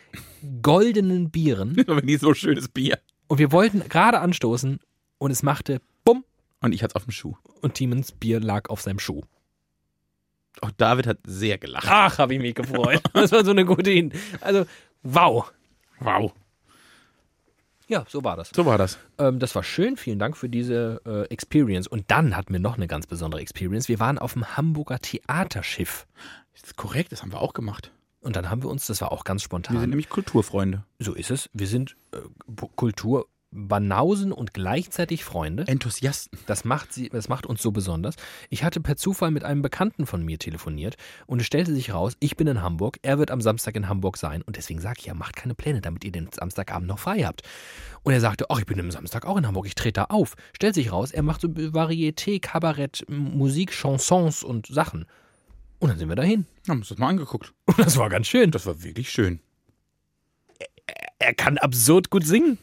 goldenen Bieren
Aber nie so schönes Bier.
und wir wollten gerade anstoßen und es machte Bumm
Und ich hatte es auf dem Schuh.
und Timons Bier lag auf seinem Schuh.
Auch David hat sehr gelacht.
Ach, habe ich mich gefreut. Das war so eine gute Hin. Also, wow.
Wow.
Ja, so war das.
So war das.
Ähm, das war schön. Vielen Dank für diese äh, Experience. Und dann hatten wir noch eine ganz besondere Experience. Wir waren auf dem Hamburger Theaterschiff.
Das ist korrekt, das haben wir auch gemacht.
Und dann haben wir uns, das war auch
Wir
ganz
sind
spontan.
nämlich Kulturfreunde.
So ist es. Wir sind äh, Bu- Kultur. Banausen und gleichzeitig Freunde.
Enthusiasten.
Das macht, sie, das macht uns so besonders. Ich hatte per Zufall mit einem Bekannten von mir telefoniert und es stellte sich raus, ich bin in Hamburg, er wird am Samstag in Hamburg sein und deswegen sage ich ja, macht keine Pläne, damit ihr den Samstagabend noch frei habt. Und er sagte, ach, ich bin am Samstag auch in Hamburg, ich trete da auf. Stellt sich raus, er macht so Varieté, Kabarett, M- Musik, Chansons und Sachen. Und dann sind wir dahin.
Haben uns das mal angeguckt.
Und das war ganz schön.
Das war wirklich schön.
Er kann absurd gut singen.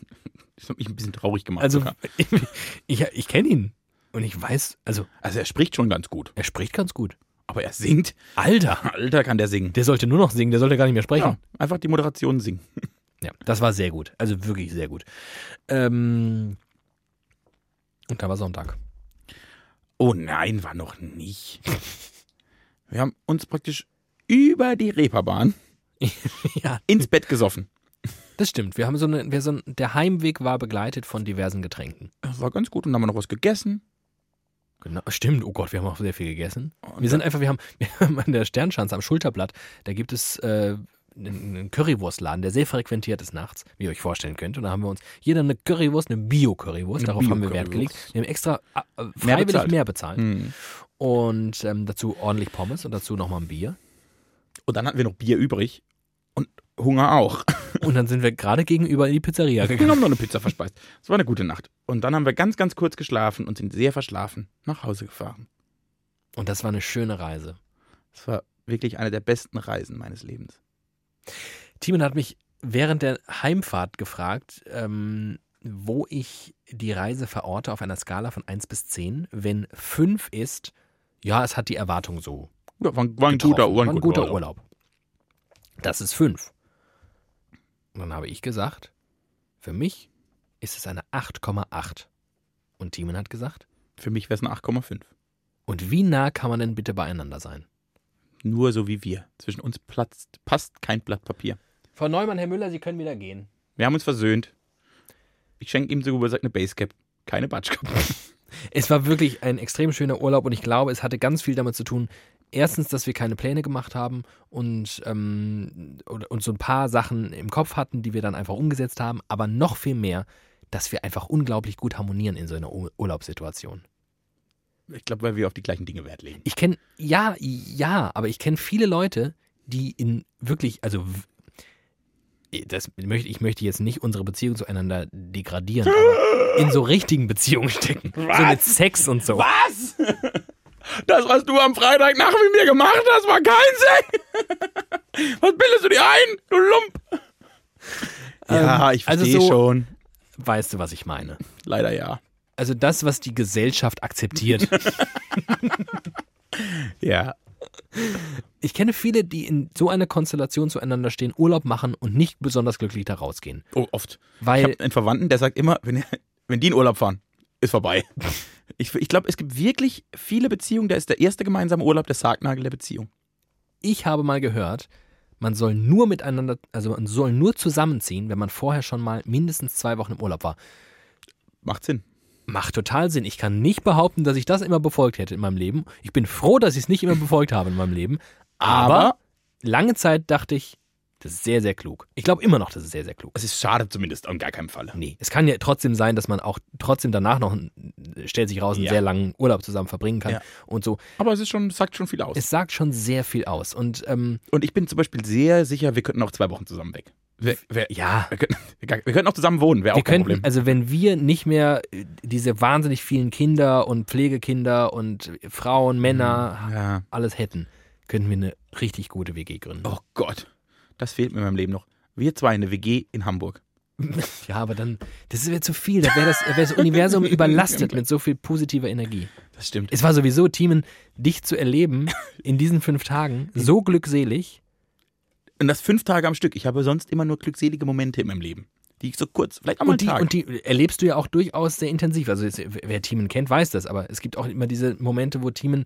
Das hat mich ein bisschen traurig gemacht.
Also,
sogar.
ich, ich, ich kenne ihn. Und ich weiß, also,
also er spricht schon ganz gut.
er spricht ganz gut.
Aber er singt.
Alter!
Alter, kann der singen.
Der sollte nur noch singen, der sollte gar nicht mehr sprechen.
Ja, einfach die Moderation singen.
Ja, das war sehr gut. Also wirklich sehr gut. Ähm, und da war Sonntag.
Oh nein, war noch nicht. Wir haben uns praktisch über die Reeperbahn
Ja,
ins Bett gesoffen.
das stimmt. Wir haben so eine, wir so ein, der Heimweg war begleitet von diversen Getränken.
Das war ganz gut und dann haben wir noch was gegessen.
Genau, stimmt. Oh Gott, wir haben auch sehr viel gegessen.
Und
Wir sind einfach, wir haben, wir haben an der Sternschanze am Schulterblatt, da gibt es äh, einen einen Currywurstladen, der sehr frequentiert ist nachts, wie ihr euch vorstellen könnt. Und da haben wir uns jeder eine Currywurst, eine Bio-Currywurst,
Eine
darauf haben wir Wert gelegt.
Bio-Currywurst.
Wir haben extra äh, äh, freiwillig
bezahlt.
mehr bezahlt.
Hm.
Und ähm, dazu ordentlich Pommes und dazu nochmal ein Bier.
Und dann hatten wir noch Bier übrig und Hunger auch.
Und dann sind wir gerade gegenüber in die Pizzeria
Wir
gegangen.
haben noch eine Pizza verspeist. Es war eine gute Nacht. Und dann haben wir ganz, ganz kurz geschlafen und sind sehr verschlafen nach Hause gefahren.
Und das war eine schöne Reise.
Es war wirklich eine der besten Reisen meines Lebens.
Timon hat mich während der Heimfahrt gefragt, ähm, wo ich die Reise verorte auf einer Skala von 1 bis 10. Wenn 5 ist, ja, es hat die Erwartung so.
Ja, war, ein- war ein
getroffen.
guter, war
War ein guter Urlaub. Das ist 5. Und dann habe ich gesagt, für mich ist es eine 8,8. Und Timon hat gesagt,
Für mich wäre es eine 8,5.
und wie nah kann man denn bitte beieinander sein?
Nur so wie wir. Zwischen uns platzt, passt kein Blatt Papier.
Frau Neumann, Herr Müller, Sie können wieder gehen.
Wir haben uns versöhnt. Ich schenke ihm sogar gesagt eine Basecap. Keine Batschkap.
Es war wirklich ein extrem schöner Urlaub und ich glaube, es hatte ganz viel damit zu tun. Erstens, dass wir keine Pläne gemacht haben und, ähm, oder- und so ein paar Sachen im Kopf hatten, die wir dann einfach umgesetzt haben, aber noch viel mehr, dass wir einfach unglaublich gut harmonieren in so einer Ur- Urlaubssituation.
Ich glaube, weil wir auf die gleichen Dinge Wert legen.
Ich kenne, ja, ja, aber ich kenne viele Leute, die in wirklich, also w- das möchte, ich möchte jetzt nicht unsere Beziehung zueinander degradieren, aber in so richtigen Beziehungen stecken. So mit Sex und so.
Was? Das, was du am Freitag nach mit mir gemacht hast, war kein Sex. Was bildest du dir ein, du Lump? Ja, ich
also
verstehe
so-
schon.
Weißt du, was ich meine?
Leider ja.
Also das, was die Gesellschaft akzeptiert.
Ja.
Ich kenne viele, die in so einer Konstellation zueinander stehen, Urlaub machen und nicht besonders glücklich da rausgehen.
Oh, oft. Ich
Weil
habe einen Verwandten, der sagt immer, wenn, wenn die in Urlaub fahren, ist vorbei. Ich, ich glaube, es gibt wirklich viele Beziehungen, da ist der erste gemeinsame Urlaub der Sargnagel der Beziehung.
ich habe mal gehört, man soll nur miteinander, also man soll nur zusammenziehen, wenn man vorher schon mal mindestens zwei Wochen im Urlaub war.
Macht Sinn.
Macht total Sinn. Ich kann nicht behaupten, dass ich das immer befolgt hätte in meinem Leben. Ich bin froh, dass ich es nicht immer befolgt habe in meinem Leben. Aber,
Aber-
lange Zeit dachte ich, das ist sehr, sehr klug. Ich glaube immer noch, das ist sehr, sehr klug.
Es ist schade zumindest, in gar keinem Fall.
Nee, es kann ja trotzdem sein, dass man auch trotzdem danach noch, äh, stellt sich raus, einen
Ja.
sehr langen Urlaub zusammen verbringen kann
Ja.
und so.
Aber es ist schon, sagt schon viel aus.
Es sagt schon sehr viel aus. Und ähm,
Und ich bin zum Beispiel sehr sicher, wir könnten auch zwei Wochen zusammen weg. Wir, wir,
ja,
wir, könnten, wir könnten auch zusammen wohnen, wäre auch
wir
kein
könnten,
Problem.
also wenn wir nicht mehr äh, diese wahnsinnig vielen Kinder und Pflegekinder und Frauen, Männer,
Ja.
alles hätten, könnten wir eine richtig gute WG gründen.
Oh Gott, das fehlt mir in meinem Leben noch. Wir zwei eine WG in Hamburg.
Ja, aber dann, das wäre zu viel. Da wäre das, wär das Universum überlastet mit so viel positiver Energie.
Das stimmt.
Es war sowieso, Timen, dich zu erleben in diesen fünf Tagen, so glückselig.
Und das fünf Tage am Stück. Ich habe sonst immer nur glückselige Momente in meinem Leben. Die ich so kurz, vielleicht auch mal
Und
einen
die,
Tag.
und die erlebst du ja auch durchaus sehr intensiv. Also es, wer Thiemen kennt, weiß das, aber es gibt auch immer diese Momente, wo Thiemen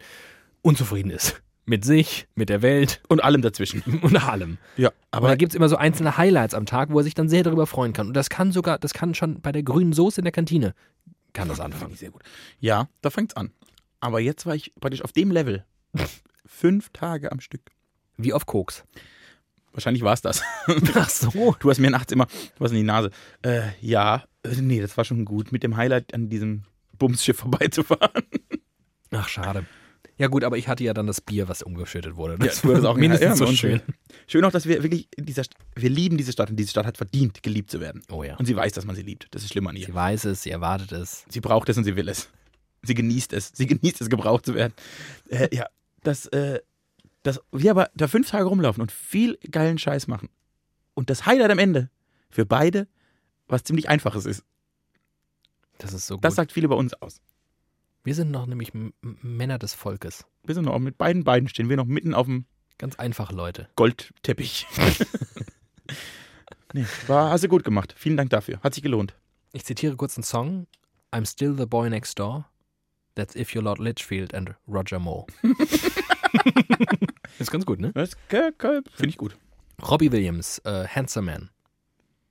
unzufrieden ist. Mit sich, mit der Welt
und allem dazwischen.
und allem.
Ja,
Aber da
aber
gibt es immer so einzelne Highlights am Tag, wo er sich dann sehr darüber freuen kann. Und das kann sogar, das kann schon bei der grünen Soße in der Kantine, kann das
Fand
anfangen.
ich sehr gut. Ja, da fängt's an. Aber jetzt war ich praktisch auf dem Level. fünf Tage am Stück.
Wie auf Koks.
Wahrscheinlich war es das.
Ach so.
Du hast mir nachts immer was in die Nase. Äh, ja, äh, nee, das war schon gut, mit dem Highlight an diesem Bumsschiff vorbeizufahren.
Ach, schade. Ja gut, aber ich hatte ja dann das Bier, was umgeschüttet wurde. Das
du hast auch
mindestens
ja,
so
und
schön.
Schön auch, dass wir wirklich in dieser St wir lieben diese Stadt und diese Stadt hat verdient, geliebt zu werden.
Oh ja.
Und sie weiß, dass man sie liebt. Das ist schlimm an ihr.
Sie weiß es, sie erwartet es.
Sie braucht es und sie will es. Sie genießt es. Sie genießt es, gebraucht zu werden. Äh, ja, das, äh, das, wir aber da fünf Tage rumlaufen und viel geilen Scheiß machen. Und das Highlight am Ende für beide, was ziemlich einfaches ist.
Oh Das ist so gut.
Das sagt viel über uns aus.
Wir sind noch nämlich M M- Männer des Volkes.
Wir sind noch mit beiden Beinen stehen wir noch mitten auf dem
Ganz einfache Leute.
Goldteppich. nee, war, hast du gut gemacht. Vielen Dank dafür. Hat sich gelohnt.
Ich zitiere kurz einen Song. I'm still the boy next door. That's if you're Lord Litchfield and Roger Moore. ist ganz gut, ne?
Das Finde ich gut.
Robbie Williams, äh, Handsome Man.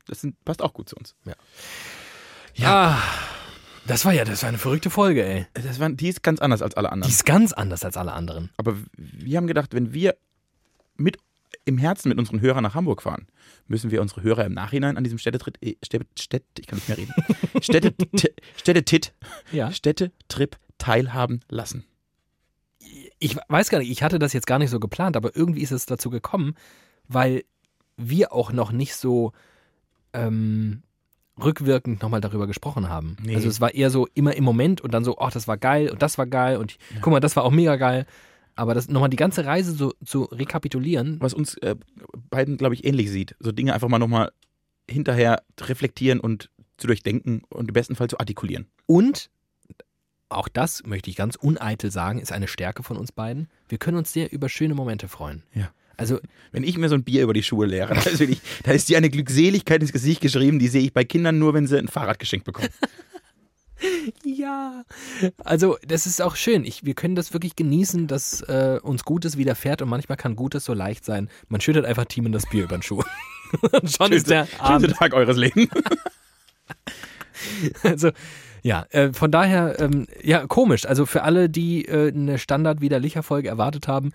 Das sind, passt auch gut zu uns.
Ja. Ah, das war ja, das war eine verrückte Folge, ey.
Das waren, die ist ganz anders als alle
Die
anderen.
ist ganz anders als alle anderen.
Aber wir haben gedacht, wenn wir mit im Herzen mit unseren Hörern nach Hamburg fahren, müssen wir unsere Hörer im Nachhinein an diesem Städtetritt, äh, Städt, Städt, ich kann nicht mehr reden, Städte, Städtetit,
Ja.
Städtetrip teilhaben lassen.
Ich weiß gar nicht, ich hatte das jetzt gar nicht so geplant, aber irgendwie ist es dazu gekommen, weil wir auch noch nicht so ähm, rückwirkend nochmal darüber gesprochen haben.
Nee.
Also es war eher so immer im Moment und dann so, ach, das war geil und das war geil und guck mal, das war auch mega geil. Aber das nochmal die ganze Reise so zu rekapitulieren,
Was uns äh, beiden, glaube ich, ähnlich sieht. So Dinge einfach mal nochmal hinterher reflektieren und zu durchdenken und im besten Fall zu artikulieren.
Und auch das möchte ich ganz uneitel sagen, ist eine Stärke von uns beiden. Wir können uns sehr über schöne Momente freuen.
Ja.
Also
Wenn ich mir so ein Bier über die Schuhe leere, da ist, wirklich, da ist dir eine Glückseligkeit ins Gesicht geschrieben, die sehe ich bei Kindern nur, wenn sie ein Fahrrad geschenkt bekommen.
ja, also das ist auch schön. Ich, wir können das wirklich genießen, dass äh, uns Gutes widerfährt und manchmal kann Gutes so leicht sein. Man schüttet einfach Team in das Bier über den Schuh. Und schon ist der
Schönen
Abend.
Tag eures Lebens.
Also ja, äh, von daher ähm, ja komisch. Also für alle, die äh, eine Standard widerlicher Folge erwartet haben,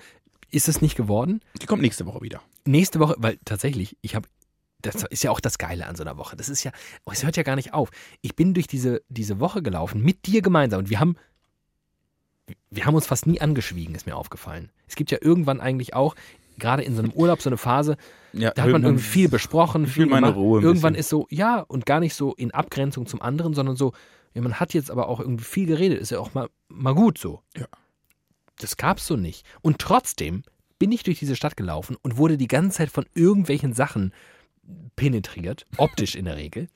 ist es nicht geworden.
Die kommt nächste Woche wieder.
nächste Woche, weil tatsächlich, ich habe, das ist ja auch das Geile an so einer Woche. Das ist ja, oh, es hört ja gar nicht auf. Ich bin durch diese, diese Woche gelaufen mit dir gemeinsam und wir haben, wir haben uns fast nie angeschwiegen, ist mir aufgefallen. Es gibt ja irgendwann eigentlich auch, gerade in so einem Urlaub, so eine Phase,
Ja,
da hat man
irgendwann-
irgendwie viel besprochen,
will
viel
meine
gemacht.
Ruhe ein
Irgendwann
bisschen.
ist so, ja, und gar nicht so in Abgrenzung zum anderen, sondern so, ja, man hat jetzt aber auch irgendwie viel geredet, ist ja auch mal, mal gut so.
Ja.
Das gab's so nicht. Und trotzdem bin ich durch diese Stadt gelaufen und wurde die ganze Zeit von irgendwelchen Sachen penetriert, optisch in der Regel.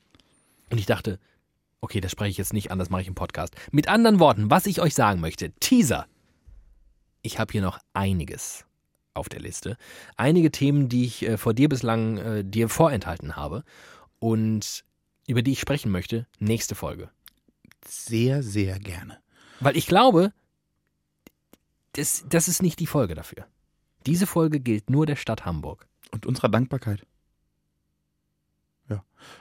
Und ich dachte, okay, das spreche ich jetzt nicht an, das mache ich im Podcast. Mit anderen Worten, was ich euch sagen möchte, Teaser. Ich habe hier noch einiges auf der Liste. Einige Themen, die ich äh, vor dir bislang äh, dir vorenthalten habe und über die ich sprechen möchte, nächste Folge.
sehr, sehr gerne.
Weil ich glaube, das, das ist nicht die Folge dafür. Diese Folge gilt nur der Stadt Hamburg.
Und unserer Dankbarkeit.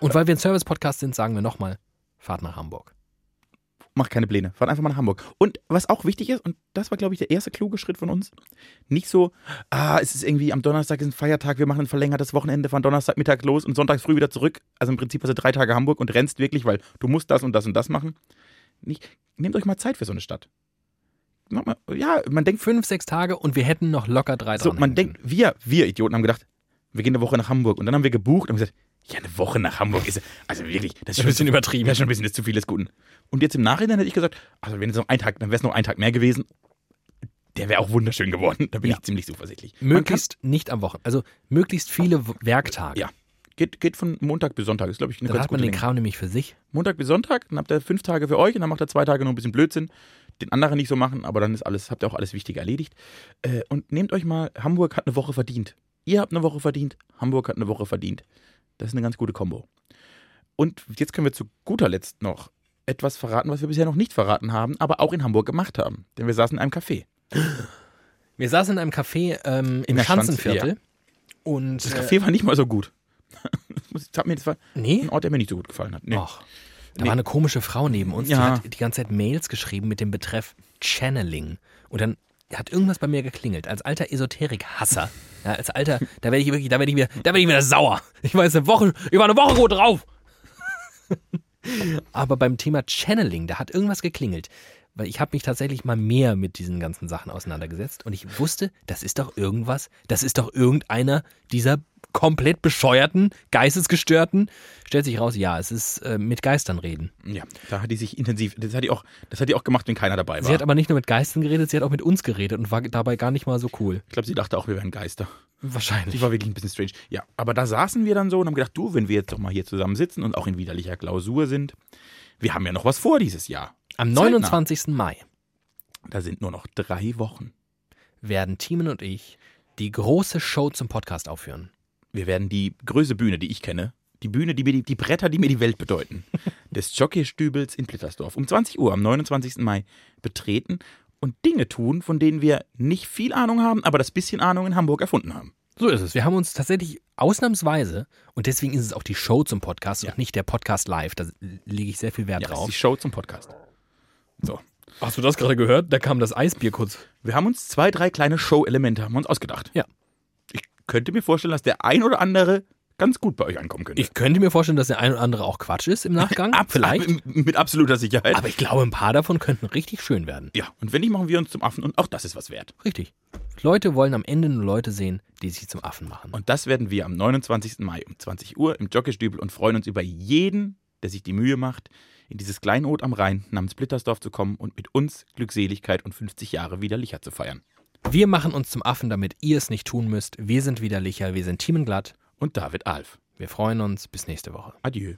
Und weil wir ein Service-Podcast sind, sagen wir nochmal, fahrt nach Hamburg.
Macht keine Pläne. Fahrt einfach mal nach Hamburg. Und was auch wichtig ist, und das war, glaube ich, der erste kluge Schritt von uns, nicht so, ah, es ist irgendwie am Donnerstag ist ein Feiertag, wir machen ein verlängertes Wochenende, fahren Donnerstagmittag los und sonntags früh wieder zurück. Also im Prinzip hast du drei Tage Hamburg und rennst wirklich, weil du musst das und das und das machen. Nicht, nehmt euch mal Zeit für so eine Stadt. Macht mal- Ja, man denkt,
Fünf, sechs Tage und wir hätten noch locker drei
So, man
dranhängen
denkt, wir, wir Idioten haben gedacht, wir gehen eine Woche nach Hamburg. Und dann haben wir gebucht und gesagt, ja, eine Woche nach Hamburg ist, also wirklich, das ist schon ein bisschen übertrieben. Ja, schon ein bisschen, das ist zu viel des Guten. Und jetzt im Nachhinein hätte ich gesagt, also wenn es noch ein Tag, dann wäre es noch ein Tag mehr gewesen. Der wäre auch wunderschön geworden. Da bin ich ziemlich zuversichtlich. Man
Möglichst nicht am Wochenende. Also möglichst viele W- Werktage.
Ja. kann, geht, geht von Montag bis Sonntag, ist, glaube ich, eine
Dann
ganz
hat
gute
man den
Länge.
Kram nämlich für sich.
Montag bis Sonntag, dann habt ihr fünf Tage für euch und dann macht ihr zwei Tage nur ein bisschen Blödsinn. Den anderen nicht so machen, aber dann ist alles, habt ihr auch alles Wichtige erledigt. Äh, und nehmt euch mal, Hamburg hat eine Woche verdient. Ihr habt eine Woche verdient, Hamburg hat eine Woche verdient. Das ist eine ganz gute Kombo. Und jetzt können wir zu guter Letzt noch etwas verraten, was wir bisher noch nicht verraten haben, aber auch in Hamburg gemacht haben. Denn wir saßen in einem Café.
Wir saßen in einem Café ähm, im
der
Schanzenviertel. Und
Das
äh,
Café war nicht mal so gut. Das muss- Das, hat mir, das war
nee,
ein Ort, der mir nicht so gut gefallen hat. Nee.
Och, da war eine komische Frau neben uns,
Ja.
die hat die ganze Zeit Mails geschrieben mit dem Betreff Channeling. Und dann hat irgendwas bei mir geklingelt. Als alter Esoterik-Hasser. Ja, als alter, da werde ich wirklich, da werde ich mir, da werde ich mir sauer. Ich war jetzt eine Woche, ich war eine Woche gut drauf. Aber beim Thema Channeling, da hat irgendwas geklingelt. Weil ich habe mich tatsächlich mal mehr mit diesen ganzen Sachen auseinandergesetzt und ich wusste, das ist doch irgendwas, das ist doch irgendeiner dieser komplett bescheuerten, geistesgestörten. Stellt sich raus, ja, es ist äh, mit Geistern reden.
Ja, da hat die sich intensiv, das hat die auch, das hat die auch gemacht, wenn keiner dabei war.
Sie hat aber nicht nur mit Geistern geredet, sie hat auch mit uns geredet und war dabei gar nicht mal so cool.
ich glaube, sie dachte auch, wir wären Geister.
Wahrscheinlich.
Die war wirklich ein bisschen strange. Ja, aber da saßen wir dann so und haben gedacht, du, wenn wir jetzt doch mal hier zusammen sitzen und auch in widerlicher Klausur sind, wir haben ja noch was vor dieses Jahr.
Am
Zeitnah.
29. Mai
Da sind nur noch drei Wochen.
werden Timen und ich die große Show zum Podcast aufführen.
Wir werden die größte Bühne, die ich kenne, die Bühne, die mir die, die Bretter, die mir die Welt bedeuten, des Jockeystübels in Blittersdorf um 20 Uhr am 29. Mai betreten und Dinge tun, von denen wir nicht viel Ahnung haben, aber das bisschen Ahnung in Hamburg erfunden haben.
So ist es. Wir haben uns tatsächlich ausnahmsweise, und deswegen ist es auch die Show zum Podcast
Ja.
und nicht der Podcast live, da lege ich sehr viel Wert
Ja, das ist die
drauf.
Show zum Podcast. So.
Hast du das gerade gehört? Da kam das Eisbier kurz.
Wir haben uns zwei, drei kleine Show-Elemente haben wir uns ausgedacht.
Ja.
Ich könnte mir vorstellen, dass der ein oder andere ganz gut bei euch ankommen könnte.
Ich könnte mir vorstellen, dass der ein oder andere auch Quatsch ist im Nachgang.
Ab-
vielleicht.
Ab, mit absoluter Sicherheit.
Aber ich glaube, ein paar davon könnten richtig schön werden.
ja, und wenn nicht, machen wir uns zum Affen und auch das ist was wert.
Richtig. Leute wollen am Ende nur Leute sehen, die sich zum Affen machen.
Und das werden wir am 29. Mai um 20 Uhr im Jockeystübel und freuen uns über jeden, der sich die Mühe macht, in dieses Kleinod am Rhein namens Blittersdorf zu kommen und mit uns Glückseligkeit und 50 Jahre wieder Licher zu feiern.
Wir machen uns zum Affen, damit ihr es nicht tun müsst. Wir sind widerlicher, wir sind Teamenglatt.
Und David Alf.
Wir freuen uns. Bis nächste Woche.
Adieu.